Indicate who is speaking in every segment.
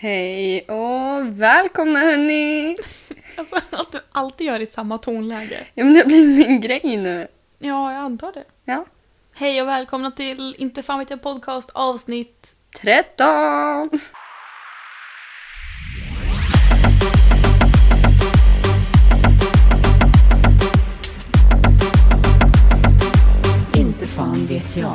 Speaker 1: Hej och välkomna hörni!
Speaker 2: Alltså att du alltid gör i samma tonläge.
Speaker 1: Ja men det har blivit min grej nu.
Speaker 2: Ja, jag antar det.
Speaker 1: Ja.
Speaker 2: Hej och välkomna till Inte fan vet jag podcast avsnitt.
Speaker 1: 13!
Speaker 3: Inte fan vet jag.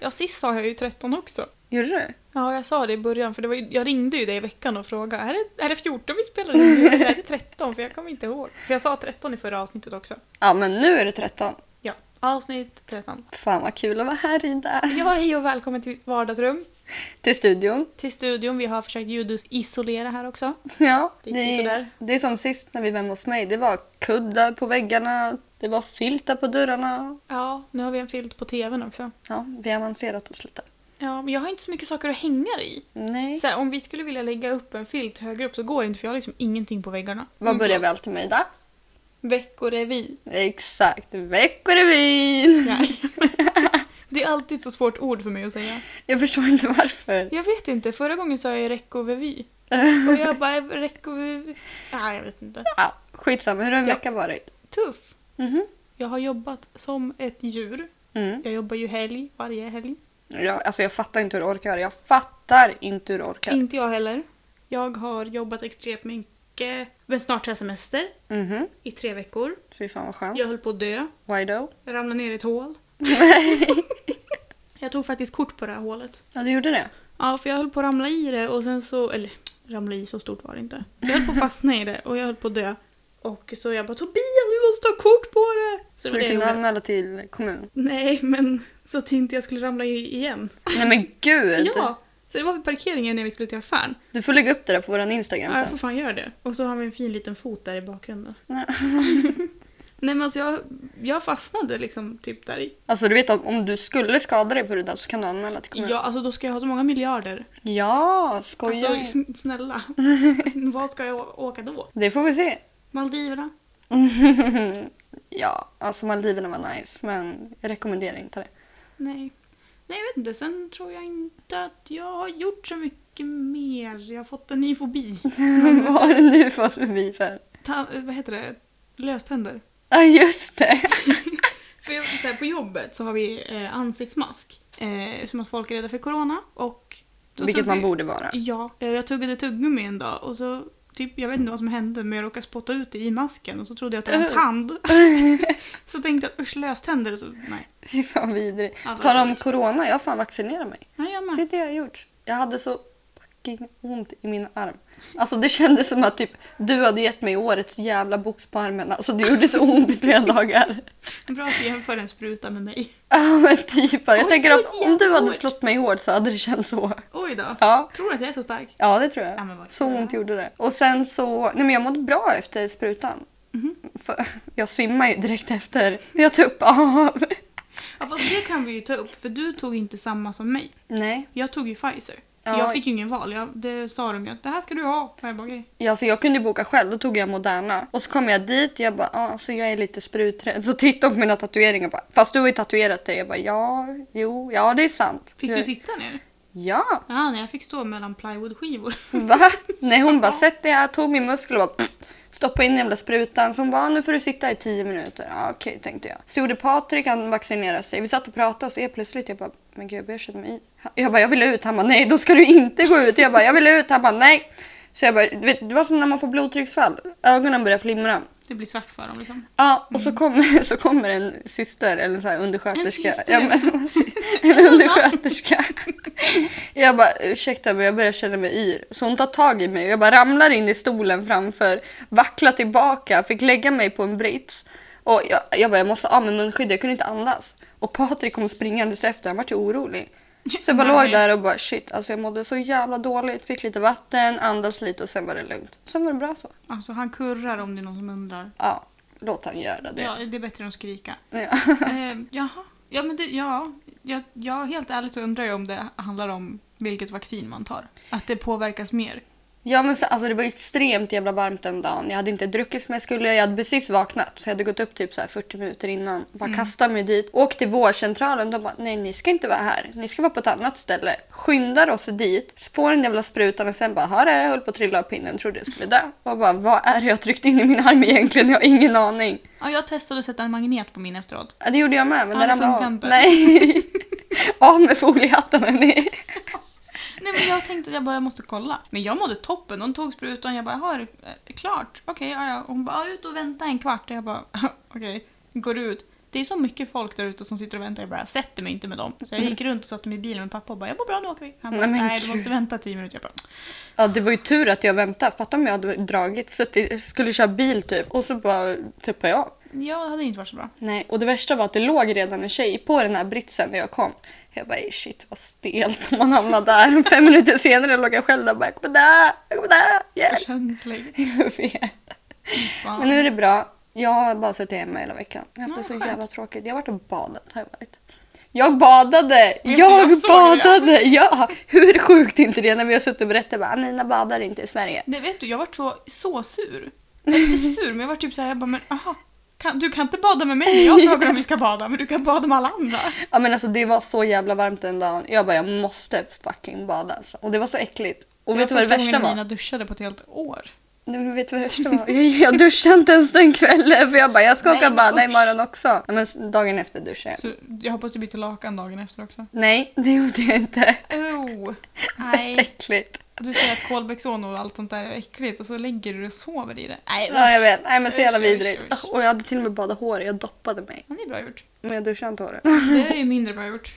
Speaker 2: Ja, sist sa jag ju 13 också.
Speaker 1: Gjorde du?
Speaker 2: Ja, jag sa det i början för det var ju, jag ringde ju dig i veckan och frågade är det, är det 14 vi spelar in nu eller är det 13? För jag kommer inte ihåg. För jag sa 13 i förra avsnittet också.
Speaker 1: Ja men nu är det 13.
Speaker 2: Ja, avsnitt 13.
Speaker 1: Fan vad kul att vara här Ida.
Speaker 2: Ja, hej och välkommen till vardagsrum.
Speaker 1: Till studion.
Speaker 2: Till studion. Vi har försökt ljudisolera här också.
Speaker 1: Ja.
Speaker 2: Det gick ju sådär.
Speaker 1: det är som sist när vi var hemma hos mig. Det var kuddar på väggarna, det var filtar på dörrarna.
Speaker 2: Ja, nu har vi en filt på tvn också.
Speaker 1: Ja, vi har avancerat oss lite.
Speaker 2: Ja, men jag har inte så mycket saker att hänga det i.
Speaker 1: Nej.
Speaker 2: Så här, om vi skulle vilja lägga upp en filt högre upp så går det inte för jag har liksom ingenting på väggarna. Mm.
Speaker 1: Vad börjar vi alltid med Ida?
Speaker 2: Veckorevy.
Speaker 1: Exakt, Veckorevyn!
Speaker 2: Nej. det är alltid ett så svårt ord för mig att säga.
Speaker 1: Jag förstår inte varför.
Speaker 2: Jag vet inte, förra gången sa jag ju rekovevy. Och jag bara rekovevy. Nej, jag vet inte.
Speaker 1: Ja, skitsamma, hur har en
Speaker 2: Ja.
Speaker 1: vecka varit?
Speaker 2: Tuff.
Speaker 1: Mhm.
Speaker 2: Jag har jobbat som ett djur.
Speaker 1: Mm.
Speaker 2: Jag jobbar ju helg, varje helg.
Speaker 1: Jag, alltså jag fattar inte hur du orkar. Jag fattar inte hur du orkar.
Speaker 2: Inte jag heller. Jag har jobbat extremt mycket. Men snart har jag semester.
Speaker 1: Mhm.
Speaker 2: I tre veckor.
Speaker 1: Fy fan vad skönt.
Speaker 2: Jag höll på att dö.
Speaker 1: Why do?
Speaker 2: Jag ramlade ner i ett hål. jag tog faktiskt kort på det här hålet.
Speaker 1: Ja, du gjorde det?
Speaker 2: Ja, för jag höll på att ramla i det och sen så... Eller ramla i, så stort var det inte. Jag höll på att fastna i det och jag höll på att dö. Och så jag bara Tobias, vi måste ta kort på det! Så,
Speaker 1: Så, du
Speaker 2: det var det jag
Speaker 1: kunde
Speaker 2: gjorde.
Speaker 1: anmäla till kommun?
Speaker 2: Nej, men så att inte jag skulle ramla i igen.
Speaker 1: Nej men gud!
Speaker 2: Ja! Så det var vid parkeringen när vi skulle till affären.
Speaker 1: Du får lägga upp det där på vår Instagram
Speaker 2: Ja, jag får
Speaker 1: sen.
Speaker 2: fan göra det. Och så har vi en fin liten fot där i bakgrunden.
Speaker 1: Nej.
Speaker 2: Nej men alltså jag, jag fastnade liksom typ där i.
Speaker 1: Alltså du vet att om du skulle skada dig på det där så kan du anmäla till kommunen?
Speaker 2: Ja, alltså då ska jag ha så många miljarder.
Speaker 1: Ja, skojar
Speaker 2: Alltså, snälla. Vad ska jag åka då?
Speaker 1: Det får vi se.
Speaker 2: Maldiverna?
Speaker 1: Ja, alltså Maldiverna var nice men jag rekommenderar inte det.
Speaker 2: Nej. Nej, jag vet inte. Sen tror jag inte att jag har gjort så mycket mer. Jag har fått en ny fobi. Mm.
Speaker 1: Vad har du nu fått förbi för?
Speaker 2: Ta, eh, vad heter det? Löständer.
Speaker 1: Ja just det!
Speaker 2: För jag, så här, på jobbet så har vi eh, ansiktsmask. Eh, som att folk är rädda för corona. Och då
Speaker 1: Vilket
Speaker 2: tog vi-
Speaker 1: man borde vara.
Speaker 2: Ja. Eh, jag tuggade tuggummi en dag och så typ, jag vet inte vad som hände men jag råkade spotta ut det i masken och så trodde jag att det var en tand. så tänkte jag usch löständer och så nej.
Speaker 1: Fy fan vidrigt.
Speaker 2: Alla
Speaker 1: Tala om
Speaker 2: vidrigt.
Speaker 1: corona, jag har fan vaccinerat mig.
Speaker 2: Nej, jag
Speaker 1: Det är
Speaker 2: med.
Speaker 1: det jag har gjort. Jag hade så fucking ont i min arm. Alltså det kändes som att typ, du hade gett mig årets jävla box på armen. Alltså det gjorde så ont i flera dagar.
Speaker 2: Bra att du jämför en spruta med mig.
Speaker 1: Ja men typ. Jag
Speaker 2: Oj,
Speaker 1: tänker
Speaker 2: så
Speaker 1: att om du hade
Speaker 2: jävla
Speaker 1: slått mig hårt så hade det känts så.
Speaker 2: Oj då.
Speaker 1: Ja.
Speaker 2: Tror du att jag är så stark?
Speaker 1: Ja det tror
Speaker 2: Ja,
Speaker 1: jag.
Speaker 2: men vad
Speaker 1: Så
Speaker 2: kul.
Speaker 1: ont gjorde det. Och sen så, nej men jag mådde bra efter sprutan.
Speaker 2: Mhm.
Speaker 1: För jag svimmade ju direkt efter. Jag tuppade av.
Speaker 2: Ja, fast det kan vi ju ta upp för du tog inte samma som mig.
Speaker 1: Nej,
Speaker 2: Jag tog ju Pfizer.
Speaker 1: Ja.
Speaker 2: Jag fick ju ingen val. Jag, det sa de ju att det här ska du ha. Och jag bara, "Okej."
Speaker 1: Ja, Alltså jag kunde boka själv, då tog jag Moderna. Och så kom jag dit, jag bara, ah, alltså jag är lite spruträdd. Så tittade hon på mina tatueringar och bara, fast du har ju tatuerat dig. Jag bara, ja, jo, ja det är sant.
Speaker 2: Fick
Speaker 1: Jag-
Speaker 2: du sitta ner?
Speaker 1: Ja.
Speaker 2: Ja, nej, jag fick stå mellan plywoodskivor.
Speaker 1: Va? Nej hon bara, sätt dig här, tog min muskel och bara, pff, stoppade in den jävla sprutan. Så hon bara, nu får du sitta i tio minuter. Ja okej, tänkte jag. Så gjorde Patrik, han vaccinerade sig. Vi satt och pratade och så helt plötsligt, jag bara, men gud jag börjar känna mig yr. Jag bara, jag vill ut. Han bara, nej då ska du inte gå ut. Jag bara, jag vill ut. Han bara, nej. Så jag bara, du vet, det var som när man får blodtrycksfall. Ögonen börjar flimra.
Speaker 2: Det blir svart för dem liksom.
Speaker 1: Ja, och så, kommer så kommer en syster eller så här undersköterska.
Speaker 2: En syster?
Speaker 1: Ja, men, vad säger- en undersköterska. Jag bara ursäkta men jag börjar känna mig yr. Så hon tar tag i mig och jag bara ramlar in i stolen framför, vacklar tillbaka, fick lägga mig på en brits. Och jag, jag bara jag måste av med munskydd, jag kunde inte andas. Och Patrik kom springandes efter, han var ju orolig. Så jag bara
Speaker 2: Nej.
Speaker 1: låg där och bara shit, alltså jag mådde så jävla dåligt, fick lite vatten, andas lite och sen var det lugnt. Sen var det bra så.
Speaker 2: Alltså han kurrar om det är någon som undrar.
Speaker 1: Ja, låt han göra det.
Speaker 2: Ja, det är bättre än att skrika.
Speaker 1: Ja.
Speaker 2: eh, jaha. Ja, men det, ja. Jag, ja, helt ärligt så undrar jag om det handlar om vilket vaccin man tar. Att det påverkas mer.
Speaker 1: Ja men så, alltså det var extremt jävla varmt den dagen. Jag hade inte druckit som jag skulle. Jag hade precis vaknat så jag hade gått upp typ så här 40 minuter innan. Bara
Speaker 2: Mm.
Speaker 1: kasta mig dit. Åkte till vårdcentralen. De bara nej ni ska inte vara här. Ni ska vara på ett annat ställe. Skyndar oss dit. Får den jävla sprutan och sen bara ha det. Jag höll på att trilla av pinnen. Trodde jag skulle dö. Och bara vad är det jag tryckt in i min arm egentligen? Jag har ingen aning.
Speaker 2: Ja, jag testade att sätta en magnet på min efteråt.
Speaker 1: Ja, det gjorde jag med men
Speaker 2: Ja,
Speaker 1: den
Speaker 2: det
Speaker 1: ramlade
Speaker 2: funkar
Speaker 1: av.
Speaker 2: inte.
Speaker 1: Nej. av med foliehattarna ni.
Speaker 2: Nej men jag tänkte att jag bara jag måste kolla. Men jag mådde toppen. De tog sprutan jag bara har det eh, klart. Okej, ja, ja. Och Hon bara ja, ut och vänta en kvart. Och jag bara okej. Går ut. Det är så mycket folk där ute som sitter och väntar. Jag bara jag sätter mig inte med dem. Så jag gick runt och satte mig i bilen med pappa och bara jag mår bra nu åker vi. Han bara
Speaker 1: Nej, men
Speaker 2: nej du
Speaker 1: gud.
Speaker 2: måste vänta tio minuter. Jag bara
Speaker 1: Ja, det var ju tur att jag väntade. Fatta om jag hade dragit, suttit, skulle köra bil typ och så bara tuppade jag av.
Speaker 2: ja det hade inte varit så bra.
Speaker 1: Nej, och det värsta var att det låg redan en tjej på den här britsen när jag kom. Jag bara "Ey, shit vad stelt om man hamnar där. Fem minuter senare låg jag själv där och bara jag kommer dö, jag kommer dö,
Speaker 2: Så
Speaker 1: hjälp.
Speaker 2: Känslig.
Speaker 1: Jag vet.
Speaker 2: Fan.
Speaker 1: Men nu är det bra. Jag har bara suttit hemma hela veckan. Jag har haft det så
Speaker 2: Ja, skönt.
Speaker 1: jävla tråkigt. Jag har varit och badat. Har jag, varit. jag badade!
Speaker 2: du,
Speaker 1: Jag
Speaker 2: jag såg
Speaker 1: badade! Ja, hur sjukt är inte det när vi har suttit och berättat bara Nina badar inte i Sverige.
Speaker 2: Nej vet du, jag vart så, så sur. Jag var inte sur, men jag var typ såhär, jag bara men aha. Kan, du kan inte bada med mig när jag frågar om vi ska bada, men du kan bada med alla andra.
Speaker 1: Ja men alltså det var så jävla varmt den dagen. Jag bara jag måste fucking bada alltså. Och det var så äckligt. Och vet du vad det värsta var?
Speaker 2: Mina duschade på ett helt år.
Speaker 1: Nej, men vet du vad det värsta var? Jag, jag duschade inte ens den kvällen för jag bara jag ska
Speaker 2: Nej,
Speaker 1: åka och
Speaker 2: men
Speaker 1: bada
Speaker 2: usch.
Speaker 1: imorgon också. Ja, men s- dagen efter duschade jag.
Speaker 2: Så jag hoppas du byter lakan dagen efter också.
Speaker 1: Nej det gjorde jag inte.
Speaker 2: Oh,
Speaker 1: Fett
Speaker 2: nej.
Speaker 1: äckligt.
Speaker 2: Du säger att Kolbäckson och allt sånt där är äckligt och så lägger du dig och sover i det. Nej,
Speaker 1: Ja jag vet. Nej men så jävla
Speaker 2: Usch, usch,
Speaker 1: vidrigt.
Speaker 2: usch.
Speaker 1: Och jag hade till och med badat hår. Jag doppade mig.
Speaker 2: men det är bra gjort.
Speaker 1: Men jag duschade inte håret.
Speaker 2: Det är ju mindre bra gjort.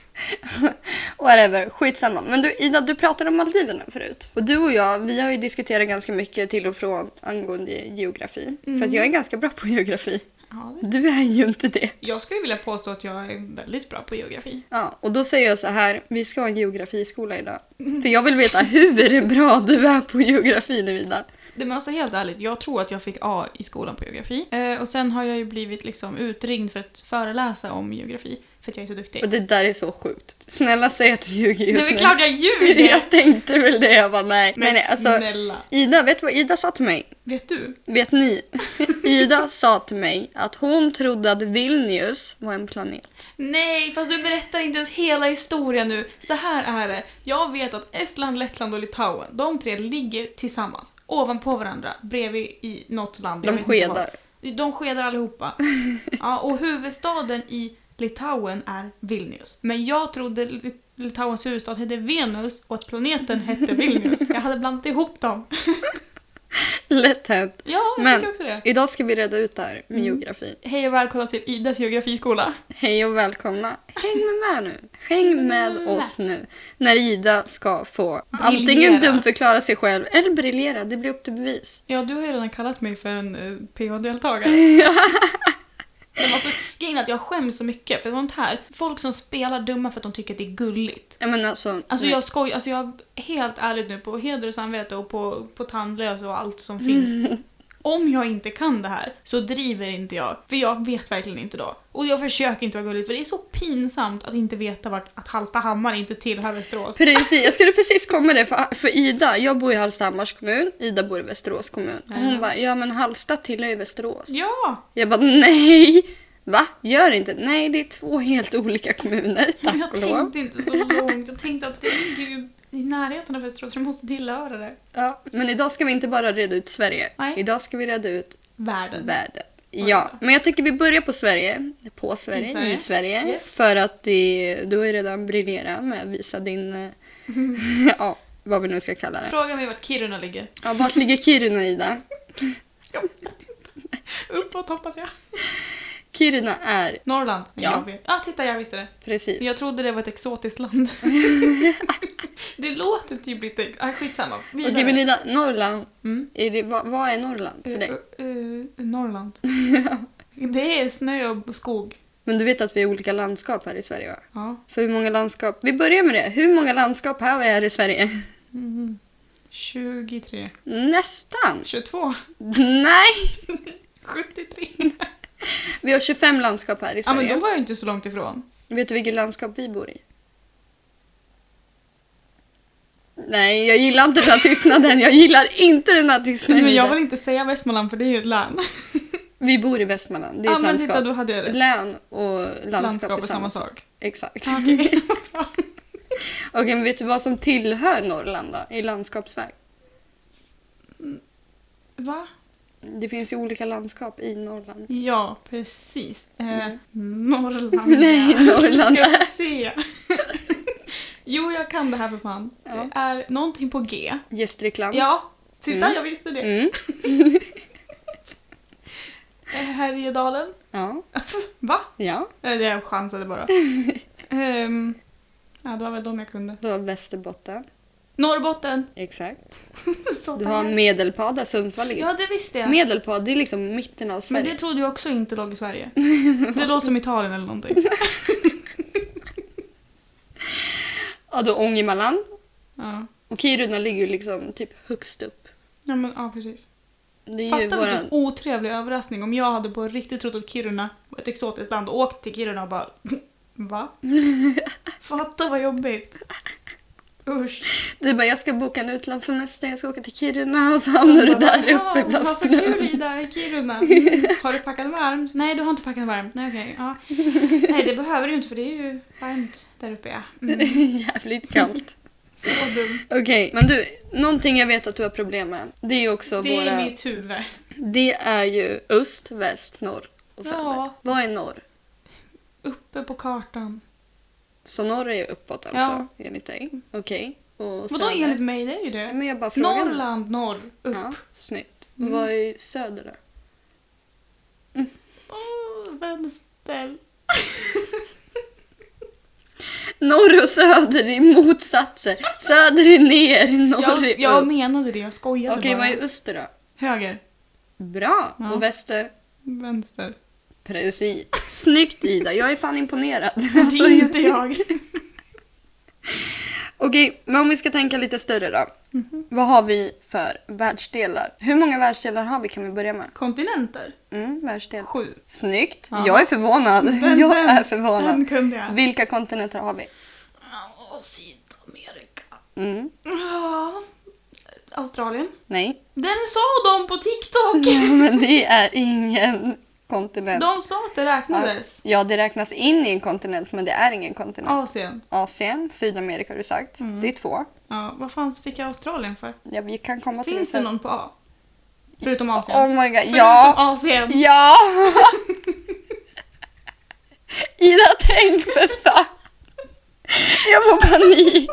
Speaker 1: Whatever, skitsamma. Men du Ida, du pratade om Maldiverna förut. Och du och jag, vi har ju diskuterat ganska mycket till och från angående geografi. För
Speaker 2: Mm.
Speaker 1: att jag är ganska bra på geografi.
Speaker 2: Ja, det...
Speaker 1: Du är ju inte det.
Speaker 2: Jag skulle vilja påstå att jag är väldigt bra på geografi.
Speaker 1: Ja, och då säger jag så här, vi ska ha en geografiskola idag. För jag vill veta hur bra du är på geografi nu Ida.
Speaker 2: Det men alltså helt ärligt, jag tror att jag fick A i skolan på geografi. Eh, och sen har jag ju blivit liksom utringd för att föreläsa om geografi. För att jag är så duktig.
Speaker 1: Och det där är så sjukt. Snälla säg att du ljuger
Speaker 2: Det är
Speaker 1: just
Speaker 2: väl
Speaker 1: nu.
Speaker 2: klart jag ljuger!
Speaker 1: Jag tänkte väl det, jag bara nej. Men,
Speaker 2: Men
Speaker 1: nej, alltså,
Speaker 2: snälla.
Speaker 1: Ida, vet du vad Ida sa till mig?
Speaker 2: Vet du?
Speaker 1: Vet ni? Ida sa till mig att hon trodde att Vilnius var en planet.
Speaker 2: Nej, fast du berättar inte ens hela historien nu. Så här är det. Jag vet att Estland, Lettland och Litauen, de tre ligger tillsammans. Ovanpå varandra, bredvid i något land. jag
Speaker 1: De
Speaker 2: vet inte
Speaker 1: skedar.
Speaker 2: vad. De skedar allihopa. Ja, och huvudstaden i Litauen är Vilnius. Men jag trodde Lit- Litauens huvudstad hette Venus och att planeten hette Vilnius. Jag hade blandat ihop dem.
Speaker 1: Lätt hänt.
Speaker 2: Ja, jag
Speaker 1: Men-
Speaker 2: tycker också det.
Speaker 1: Idag ska vi reda ut det här med geografi.
Speaker 2: Hej och välkomna till Idas geografiskola.
Speaker 1: Hej och välkomna. Häng med mig nu. Häng med oss nu. När Ida ska få antingen
Speaker 2: Briljera.
Speaker 1: dumförklara sig själv eller briljera. Det blir upp till bevis.
Speaker 2: Ja, du har ju redan kallat mig för en eh, PH-deltagare. Men alltså, grejen är att jag skäms så mycket för sånt här. Folk som spelar dumma för att de tycker att det är gulligt.
Speaker 1: Ja, men alltså,
Speaker 2: Alltså
Speaker 1: nej.
Speaker 2: jag skojar, alltså jag helt ärligt nu på heder och samvete och på, på tandlös och allt som finns. Om jag inte kan det här så driver inte jag, för jag vet verkligen inte då. Och jag försöker inte vara gulligt för det är så pinsamt att inte veta vart, att Hallstahammar inte tillhör Västerås.
Speaker 1: Precis, jag skulle precis komma med det för, för Ida, jag bor i Hallstahammars kommun, Ida bor i Västerås kommun. Och hon
Speaker 2: Ja.
Speaker 1: bara, ja men Hallsta tillhör ju Västerås.
Speaker 2: Mm. Ja!
Speaker 1: Jag bara, nej! Va? Gör inte? Nej, det är två helt olika kommuner,
Speaker 2: Men
Speaker 1: tack
Speaker 2: jag
Speaker 1: och lov.
Speaker 2: tänkte inte så långt. Jag tänkte att det ligger ju i närheten av Västerås, så du måste tillhöra det.
Speaker 1: Ja, men idag ska vi inte bara reda ut Sverige,
Speaker 2: Nej.
Speaker 1: idag ska vi reda ut
Speaker 2: Världen.
Speaker 1: världen. Ja, men jag tycker vi börjar på Sverige. På Sverige, i Sverige.
Speaker 2: Sverige. Yes.
Speaker 1: För att det, du har ju redan briljerat med att visa din... eh,
Speaker 2: Mm.
Speaker 1: ja, vad vi nu ska kalla det.
Speaker 2: Fråga mig vart Kiruna ligger.
Speaker 1: Ja, vart ligger Kiruna, Ida?
Speaker 2: Uppåt hoppas jag.
Speaker 1: Kiruna är...
Speaker 2: Norrland.
Speaker 1: Ja.
Speaker 2: Jag vet. Ja, titta jag visste det.
Speaker 1: Precis.
Speaker 2: Jag trodde det var ett exotiskt land. det låter typ lite... Ah, skitsamma.
Speaker 1: Okej,
Speaker 2: Vidare.
Speaker 1: men Ida, Norrland.
Speaker 2: Mm.
Speaker 1: Är det, vad, vad är Norrland för dig?
Speaker 2: Eh, eh, eh, Norrland. det är snö och skog.
Speaker 1: Men du vet att vi har olika landskap här i Sverige, va?
Speaker 2: Ja.
Speaker 1: Så hur många landskap? Vi börjar med det. Hur många landskap har vi här i Sverige?
Speaker 2: Mhm. 23.
Speaker 1: Nästan!
Speaker 2: 22.
Speaker 1: Nej!
Speaker 2: 73.
Speaker 1: Vi har 25 landskap här i
Speaker 2: Ja, men
Speaker 1: Sverige.
Speaker 2: då var jag inte så långt ifrån.
Speaker 1: Vet du vilket landskap vi bor i? Nej, jag gillar inte den här tystnaden. Jag gillar inte den här tystnaden.
Speaker 2: Men jag vill inte säga Västmanland för det är ju ett län.
Speaker 1: Vi bor i Västmanland. Det är
Speaker 2: Ja
Speaker 1: ett
Speaker 2: men
Speaker 1: landskap.
Speaker 2: titta då hade jag rätt.
Speaker 1: Län och landskap,
Speaker 2: Landskap är samma sak. Ah,
Speaker 1: Exakt.
Speaker 2: Okej.
Speaker 1: Okej, men vet du vad som tillhör Norrland då, i landskapsväg?
Speaker 2: Va?
Speaker 1: Det finns ju olika landskap i Norrland.
Speaker 2: Ja, precis. Eh,
Speaker 1: Mm.
Speaker 2: Norrland.
Speaker 1: Nej, Norrland.
Speaker 2: Ska vi se. jo, jag kan det här för fan.
Speaker 1: Ja.
Speaker 2: Det är någonting på G.
Speaker 1: Gästrikland.
Speaker 2: Ja, titta
Speaker 1: Mm.
Speaker 2: jag visste det.
Speaker 1: Mm.
Speaker 2: Eh, Härjedalen.
Speaker 1: Ja.
Speaker 2: Va?
Speaker 1: Ja.
Speaker 2: Eh, Det jag chansade bara. Ehm, ja, det var väl de jag kunde.
Speaker 1: Du har Västerbotten.
Speaker 2: Norrbotten.
Speaker 1: Exakt.
Speaker 2: Så
Speaker 1: Du har
Speaker 2: där.
Speaker 1: Medelpad där Sundsvall ligger.
Speaker 2: Ja, det visste jag.
Speaker 1: Medelpad, det är liksom mitten av
Speaker 2: Men
Speaker 1: Sverige.
Speaker 2: det trodde jag också inte låg i Sverige. Det låter som Italien eller någonting.
Speaker 1: Ja, då Ångermanland.
Speaker 2: Ja,
Speaker 1: Och Kiruna ligger ju liksom typ högst upp.
Speaker 2: ja men ja, precis.
Speaker 1: Det är ju
Speaker 2: Fatta
Speaker 1: våran...
Speaker 2: vilken otrevlig överraskning om jag hade på riktigt trott att Kiruna var ett exotiskt land och åkt till Kiruna och bara Va? Fatta vad jobbigt. Usch.
Speaker 1: Du bara, jag ska boka en utlandssemester, jag ska åka till Kiruna och så hamnar du
Speaker 2: Jag bara,
Speaker 1: där
Speaker 2: "Ja,
Speaker 1: uppe bland
Speaker 2: Vad för kul
Speaker 1: snön.
Speaker 2: i där i Kiruna. Mm. Har du packat varmt? Nej, du har inte packat varmt. Nej, okej. Ja. Nej, det behöver du inte för det är ju varmt där uppe. Ja. Mm.
Speaker 1: Jävligt kallt.
Speaker 2: Så dumt.
Speaker 1: Okej, men du, någonting jag vet att du har problem med, det är ju också
Speaker 2: Det
Speaker 1: våra...
Speaker 2: är mitt huvud.
Speaker 1: Det är ju öst, väst, norr och söder.
Speaker 2: Ja.
Speaker 1: Vad är norr?
Speaker 2: Uppe på kartan.
Speaker 1: Så norr är ju uppåt alltså, enligt dig. Okej. Och
Speaker 2: Vadå
Speaker 1: söder?
Speaker 2: enligt mig? Det är ju
Speaker 1: Nej,
Speaker 2: det.
Speaker 1: Men jag bara frågar.
Speaker 2: Norrland, norr, upp. Mm.
Speaker 1: Ja, snyggt. Och Vad är söder då?
Speaker 2: Åh, vänster.
Speaker 1: Norr och söder är motsatser. Söder är ner, norr är
Speaker 2: Jag,
Speaker 1: upp.
Speaker 2: jag menade det, jag skojade
Speaker 1: Okej,
Speaker 2: bara.
Speaker 1: vad är öster då?
Speaker 2: Höger.
Speaker 1: Bra!
Speaker 2: Ja.
Speaker 1: Och väster?
Speaker 2: Vänster.
Speaker 1: Precis. Snyggt Ida, jag är fan imponerad. Alltså,
Speaker 2: det är
Speaker 1: jag-
Speaker 2: inte jag.
Speaker 1: Okej, men om vi ska tänka lite större då.
Speaker 2: Mhm.
Speaker 1: Vad har vi för världsdelar? Hur många världsdelar har vi kan vi börja med?
Speaker 2: Kontinenter.
Speaker 1: Mm, världsdel.
Speaker 2: Sju.
Speaker 1: Snyggt!
Speaker 2: Ja.
Speaker 1: Jag är förvånad.
Speaker 2: Den-
Speaker 1: jag
Speaker 2: den-
Speaker 1: är förvånad.
Speaker 2: Den kunde jag.
Speaker 1: Vilka kontinenter har vi?
Speaker 2: Åh, Sydamerika.
Speaker 1: Mm.
Speaker 2: Ja. Australien.
Speaker 1: Nej,
Speaker 2: Den sa de på TikTok!
Speaker 1: men det är ingen kontinent.
Speaker 2: De sa att det räknades.
Speaker 1: Ja, det räknas in i en kontinent, men det är ingen kontinent.
Speaker 2: Asien.
Speaker 1: Asien, Sydamerika har du sagt.
Speaker 2: Mm.
Speaker 1: Det är två.
Speaker 2: Ja, vad fan fick jag Australien för?
Speaker 1: Ja, vi kan komma till
Speaker 2: Finns det
Speaker 1: sen.
Speaker 2: någon på A? Förutom Asien.
Speaker 1: Oh my god,
Speaker 2: Förutom
Speaker 1: ja!
Speaker 2: Asien.
Speaker 1: Ja! Ida, tänk för fan! Jag får panik!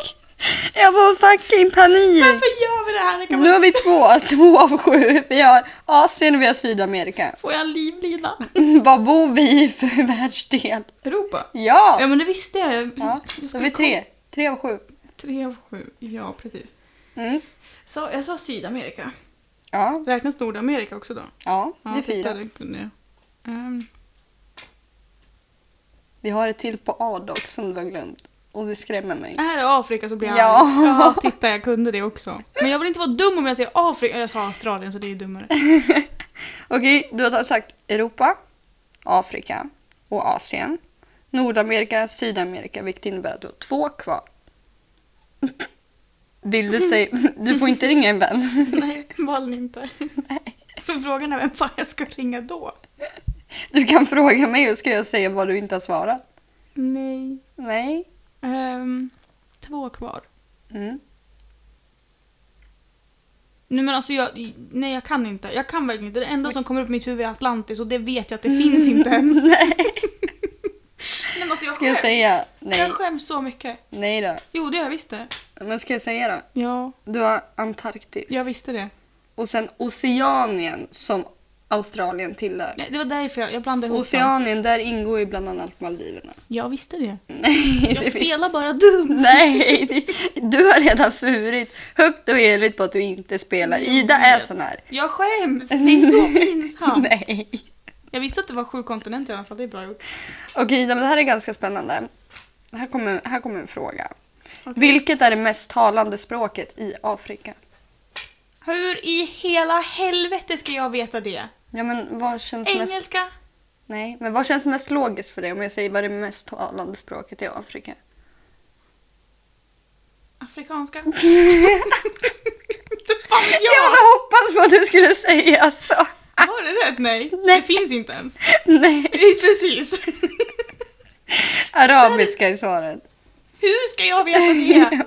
Speaker 1: Jag får fucking panik!
Speaker 2: Varför gör vi det här? Det kan
Speaker 1: Nu
Speaker 2: man...
Speaker 1: har vi två, två av sju. Vi har Asien och vi har Sydamerika.
Speaker 2: Får jag en livlina?
Speaker 1: Vad bor vi i för världsdel?
Speaker 2: Europa. Ja
Speaker 1: Ja!
Speaker 2: men det visste jag. jag.
Speaker 1: ja.
Speaker 2: jag
Speaker 1: Då
Speaker 2: ska
Speaker 1: har vi
Speaker 2: kolla.
Speaker 1: tre. Tre av sju.
Speaker 2: Tre av sju. Ja precis.
Speaker 1: Mm.
Speaker 2: Så, jag sa Sydamerika.
Speaker 1: Ja,
Speaker 2: Räknas Nordamerika också då?
Speaker 1: ja, det
Speaker 2: Ja,
Speaker 1: är
Speaker 2: titta,
Speaker 1: fyra.
Speaker 2: det kunde jag. Ehm,
Speaker 1: Vi har ett till på A dock som du har glömt. Och det skrämmer mig.
Speaker 2: det här är Afrika så blir jag
Speaker 1: Ja.
Speaker 2: arg. ja, titta jag kunde det också. Men jag vill inte vara dum om jag säger Afrika. Jag sa Australien så det är ju dummare.
Speaker 1: Okej, du har sagt Europa, Afrika och Asien. Nordamerika, Sydamerika, vilket innebär att du har två kvar. Vill du säga... Du får inte ringa en vän.
Speaker 2: Nej, valde inte. För frågan är vem fan jag ska ringa då?
Speaker 1: Du kan fråga mig och ska jag säga vad du inte har svarat.
Speaker 2: Nej.
Speaker 1: Nej.
Speaker 2: Ehm, två kvar.
Speaker 1: Mm.
Speaker 2: Nej men alltså jag, nej jag kan inte. Jag kan verkligen inte. Det enda som kommer upp i mitt huvud är Atlantis och det vet jag att det finns inte ens. nej men alltså jag
Speaker 1: Ska jag
Speaker 2: skäms.
Speaker 1: säga nej?
Speaker 2: Jag skäms så mycket.
Speaker 1: Nej då.
Speaker 2: Jo det har jag visst det.
Speaker 1: Men ska jag säga då?
Speaker 2: Ja,
Speaker 1: Du har Antarktis.
Speaker 2: jag visste det.
Speaker 1: Och sen Oceanien som Australien tillhör.
Speaker 2: Nej, det var därför jag, jag blandade ihop dem.
Speaker 1: Oceanien, där ingår ju bland annat Maldiverna.
Speaker 2: Jag visste det.
Speaker 1: Nej,
Speaker 2: Jag
Speaker 1: det finns-
Speaker 2: spelar bara dum.
Speaker 1: Nej, det- du har redan svurit högt och heligt på att du inte spelar. Ida är sån här.
Speaker 2: Jag skäms. Det är så pinsamt.
Speaker 1: Nej.
Speaker 2: Jag visste att det var sju kontinenter i alla fall. Det är bra gjort.
Speaker 1: Okej, Ida, men det här är ganska spännande. Här kommer, här kommer en fråga. Vilket är det mest talande språket i Afrika?
Speaker 2: Hur i hela helvete ska jag veta det?
Speaker 1: Ja, men vad känns mest...
Speaker 2: Engelska?
Speaker 1: Nej, men vad känns mest logiskt för dig om jag säger vad det mest talande språket i Afrika?
Speaker 2: Afrikanska. Inte fan
Speaker 1: Jag
Speaker 2: jag!
Speaker 1: hade hoppats på att du skulle säga så.
Speaker 2: Var det rätt? Nej.
Speaker 1: Nej.
Speaker 2: Det finns inte ens.
Speaker 1: Nej.
Speaker 2: Precis.
Speaker 1: Arabiska är svaret.
Speaker 2: Hur ska jag veta det?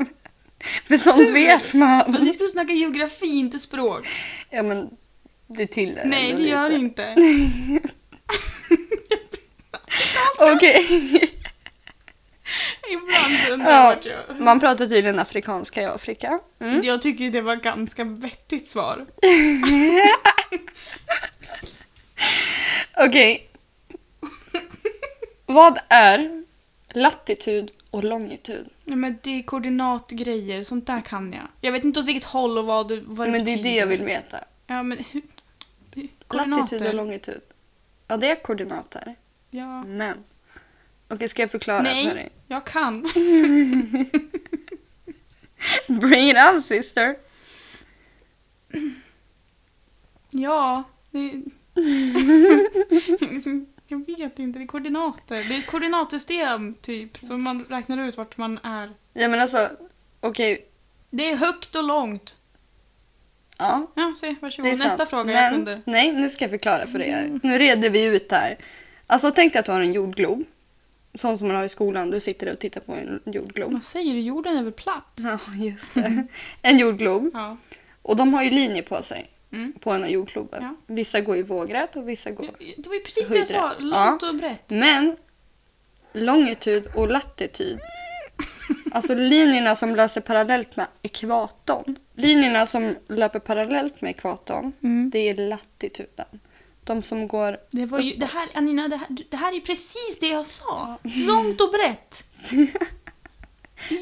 Speaker 1: För sånt vet
Speaker 2: Men
Speaker 1: man.
Speaker 2: vi skulle snacka geografi, inte språk.
Speaker 1: Ja men det tillhör
Speaker 2: Nej,
Speaker 1: ändå
Speaker 2: det gör
Speaker 1: lite.
Speaker 2: inte.
Speaker 1: Okej.
Speaker 2: Ibland
Speaker 1: Ja.
Speaker 2: undrar jag.
Speaker 1: Man pratar tydligen afrikanska i Afrika. Mm.
Speaker 2: Jag tycker det var ganska vettigt svar.
Speaker 1: Okej. Vad är latitud och longitud?
Speaker 2: Nej men det är koordinatgrejer, sånt där kan jag. Jag vet inte åt vilket håll och vad, det- vad
Speaker 1: Men det är det
Speaker 2: betyder.
Speaker 1: jag vill veta.
Speaker 2: Ja men hur-
Speaker 1: Latitud och
Speaker 2: koordinater.
Speaker 1: longitud. Ja, det är koordinater.
Speaker 2: Ja.
Speaker 1: Men. Okej, ska jag förklara för dig?
Speaker 2: Nej, jag kan.
Speaker 1: Bring it on sister!
Speaker 2: Ja, det... jag vet inte, det är koordinater. Det är ett koordinatsystem typ, som man räknar ut vart man är.
Speaker 1: Ja men alltså, okej.
Speaker 2: Det är högt och långt.
Speaker 1: Ja,
Speaker 2: Ja, se, varsågod.
Speaker 1: det är
Speaker 2: Nästa
Speaker 1: sant.
Speaker 2: fråga jag
Speaker 1: men,
Speaker 2: kunde. Mm.
Speaker 1: Nej, nu ska jag förklara för er. Nu reder vi ut det här. Alltså tänk dig att du har en jordglob. Sån som man har i skolan. Du sitter där och tittar på en jordglob.
Speaker 2: Vad säger du? Jorden är väl platt?
Speaker 1: Ja, just det. En jordglob.
Speaker 2: Ja.
Speaker 1: Och de har ju linjer på sig.
Speaker 2: Mm.
Speaker 1: På den här jordgloben.
Speaker 2: Ja.
Speaker 1: Vissa går i vågrätt och vissa går...
Speaker 2: Det var ju precis det jag sa,
Speaker 1: Höjdrätt.
Speaker 2: långt och brett.
Speaker 1: Men longitud och latitud. Alltså linjerna som löser parallellt med ekvatorn. Linjerna som löper parallellt med ekvatorn,
Speaker 2: Mm.
Speaker 1: det är latituden. De som går...
Speaker 2: Det, var ju, det här, Anina, det här, det här är precis det jag sa. Långt och brett.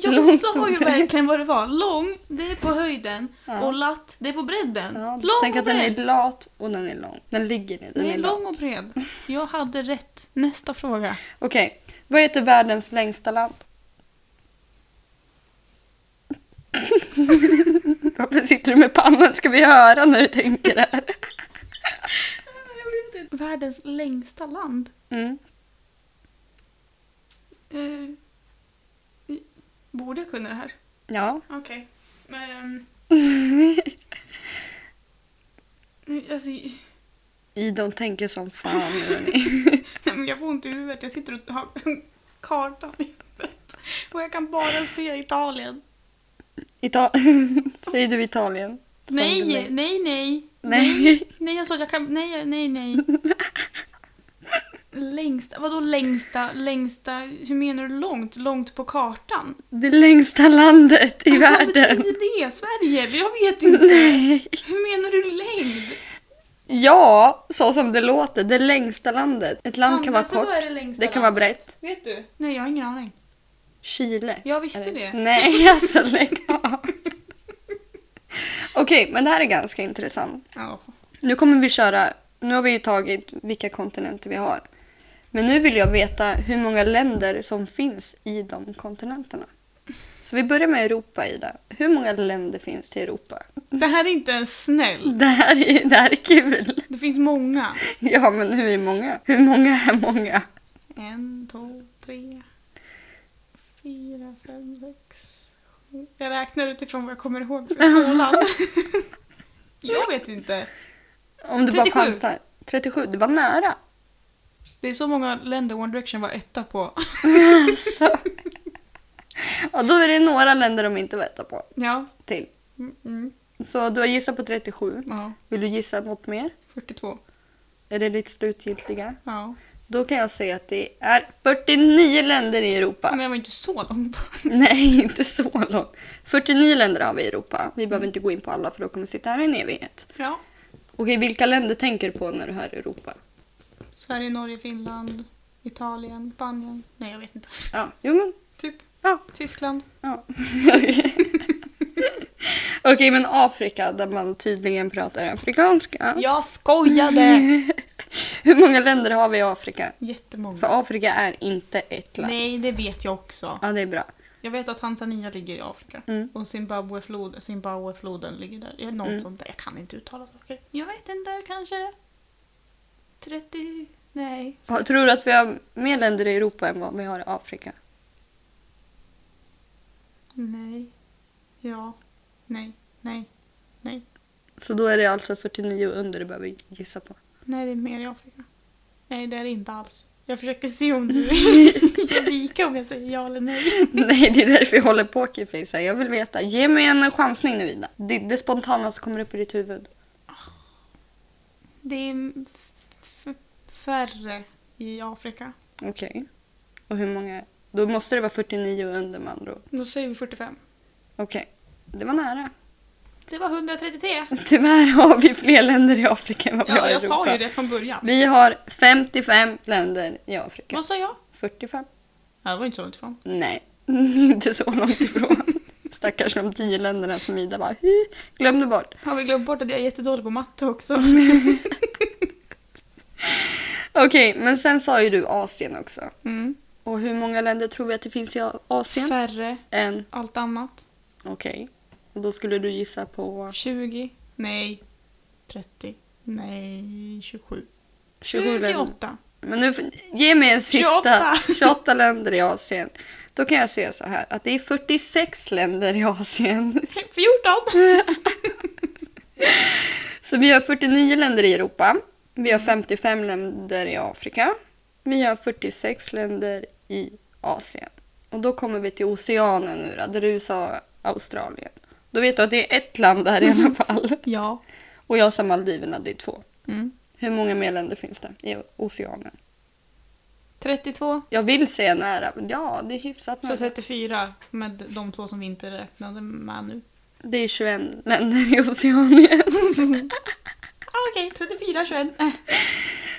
Speaker 2: Jag
Speaker 1: Långt och
Speaker 2: sa ju
Speaker 1: brett.
Speaker 2: verkligen vad det var. Lång, det är på höjden.
Speaker 1: Ja.
Speaker 2: Och latt, det är på bredden.
Speaker 1: Ja,
Speaker 2: lång
Speaker 1: tänk
Speaker 2: och
Speaker 1: att den är
Speaker 2: bredd.
Speaker 1: lat och den är lång. Den ligger ner, den
Speaker 2: Nej,
Speaker 1: är
Speaker 2: lång
Speaker 1: lat.
Speaker 2: och bred. Jag hade rätt. Nästa fråga.
Speaker 1: Okej, vad heter världens längsta land? Varför sitter du med pannan? Ska vi höra när du tänker det här?
Speaker 2: Världens längsta land.
Speaker 1: Mm.
Speaker 2: Eh, i- Eh, borde jag kunna det här?
Speaker 1: Ja.
Speaker 2: Okej. Men... alltså,
Speaker 1: Idon tänker som fan nu hörni.
Speaker 2: Nej, men jag får ont i huvudet. Jag sitter och har kartan i huvudet. Och jag kan bara se Italien.
Speaker 1: Ita- Säger du Italien? Som
Speaker 2: Nej,
Speaker 1: du
Speaker 2: nej,
Speaker 1: nej.
Speaker 2: nej, nej.
Speaker 1: Nej.
Speaker 2: Nej, jag sa att jag kan... Nej, nej, nej. Längsta? Vadå längsta? Längsta? Hur menar du långt? Långt på kartan? Alltså,
Speaker 1: Det längsta landet i
Speaker 2: Vad
Speaker 1: världen.
Speaker 2: betyder det? Sverige? Jag vet inte. Hur menar du längd?
Speaker 1: Ja, så som det låter. Det längsta landet. Ett land kan vara
Speaker 2: Anders, vad är
Speaker 1: kort.
Speaker 2: det längsta
Speaker 1: Det kan vara brett.
Speaker 2: landet? Vet du? Nej, jag har ingen aning.
Speaker 1: Chile.
Speaker 2: Jag visste
Speaker 1: Eller-
Speaker 2: det.
Speaker 1: Nej, alltså lägg av. Okej, men det här är ganska intressant.
Speaker 2: Ja.
Speaker 1: Nu kommer vi köra... Nu har vi ju tagit vilka kontinenter vi har. Men nu vill jag veta hur många länder som finns i de kontinenterna. Så vi börjar med Europa, Ida. Hur många länder finns till Europa?
Speaker 2: Det här är inte ens snällt.
Speaker 1: Det här är, det här är kul!
Speaker 2: Det finns många.
Speaker 1: Ja, men hur är många? Hur många är många?
Speaker 2: En, två, tre, fyra, fem, sex, sju. Jag räknar utifrån vad jag kommer ihåg från skolan. jag vet inte.
Speaker 1: Om du bara
Speaker 2: 37.
Speaker 1: chansar. 37. Det var nära.
Speaker 2: Det är så många länder One Direction var etta på.
Speaker 1: Alltså. Ja, då är det några länder de inte vet på
Speaker 2: Ja.
Speaker 1: till.
Speaker 2: Mm, mm,
Speaker 1: Så du har gissat på 37.
Speaker 2: ja.
Speaker 1: Vill du gissa något mer?
Speaker 2: 42.
Speaker 1: Är det ditt slutgiltiga?
Speaker 2: Ja.
Speaker 1: Då kan jag säga att det är 49 länder i Europa.
Speaker 2: Men jag var inte så långt bort.
Speaker 1: Nej, inte så långt. 49 länder har vi i Europa. Vi behöver inte gå in på alla för då kommer vi sitta här i en evighet.
Speaker 2: Ja.
Speaker 1: Okej, vilka länder tänker du på när du hör Europa?
Speaker 2: Sverige, Norge, Finland, Italien, Spanien. Nej, jag vet inte.
Speaker 1: Ja, jo men...
Speaker 2: Typ
Speaker 1: Ja.
Speaker 2: Tyskland.
Speaker 1: ja. Okej. Okej, men Afrika där man tydligen pratar afrikanska.
Speaker 2: Jag skojade!
Speaker 1: Hur många länder har vi i Afrika?
Speaker 2: Jättemånga.
Speaker 1: För Afrika är inte ett land.
Speaker 2: Nej, det vet jag också.
Speaker 1: Ja, det är bra.
Speaker 2: Jag vet att Tanzania ligger i Afrika
Speaker 1: Mm.
Speaker 2: och Zimbabwefloden Zimbabwefloden ligger där. Ja, Något sånt där. Jag kan inte uttala saker. Jag vet inte, kanske 30... Nej.
Speaker 1: Ha- Tror du att vi har mer länder i Europa än vad vi har i Afrika?
Speaker 2: Nej. Ja. Nej. Nej. Nej.
Speaker 1: Så då är det alltså 49 och under du behöver gissa på.
Speaker 2: Nej, det är mer i Afrika. Nej, det är det inte alls. Jag försöker se om du gör vika om jag säger ja eller nej.
Speaker 1: Nej, det är därför jag håller på Keyface. här. Jag vill veta. Ge mig en chansning nu Ida. Det, det spontana som kommer upp i ditt huvud.
Speaker 2: Det är f- färre i Afrika.
Speaker 1: Okej. Och hur många? Då måste det vara 49 och under med andra ord.
Speaker 2: Då säger vi 45.
Speaker 1: Okej. Det var nära.
Speaker 2: Det var 133.
Speaker 1: Tyvärr har vi fler länder i Afrika än vad vi har
Speaker 2: Ja,
Speaker 1: i
Speaker 2: jag
Speaker 1: Europa.
Speaker 2: sa ju det från början.
Speaker 1: Vi har 55 länder i Afrika.
Speaker 2: Vad sa jag?
Speaker 1: 45?
Speaker 2: Ja, det var inte så långt ifrån.
Speaker 1: Nej, inte så långt ifrån. Stackars de 10 länderna som Ida bara "Hi, glömde bort.
Speaker 2: Har vi glömt bort att jag är jättedålig på matte också?
Speaker 1: Mm. Okej, men sen sa ju du Asien också.
Speaker 2: Mm.
Speaker 1: Och hur många länder tror vi att det finns i A- Asien?
Speaker 2: Färre,
Speaker 1: En.
Speaker 2: allt annat.
Speaker 1: Okej. Och då skulle du gissa på
Speaker 2: 20. Nej. 30. Nej, 27.
Speaker 1: 27 länder.
Speaker 2: 28.
Speaker 1: Men nu, ge mig en sista.
Speaker 2: 28.
Speaker 1: 28 länder i Asien. Då kan jag säga så här att det är 46 länder i Asien.
Speaker 2: 14.
Speaker 1: Mm. Så vi har 49 länder i Europa. Vi har 55 länder i Afrika. Vi har 46 länder i Asien. Och då kommer vi till oceanen nu då, där du sa Australien. Då vet du att det är ett land där i alla fall.
Speaker 2: Ja.
Speaker 1: Och jag sa Maldiverna, det är två.
Speaker 2: Mm.
Speaker 1: Hur många mer länder finns det i oceanen?
Speaker 2: 32.
Speaker 1: Jag vill säga nära. men Ja, det är hyfsat
Speaker 2: Så
Speaker 1: nära.
Speaker 2: 34 med de två som vi inte räknade med nu.
Speaker 1: Det är 21 länder i Oceanien.
Speaker 2: Ah, Okej, Eh, 34, 21. Nej,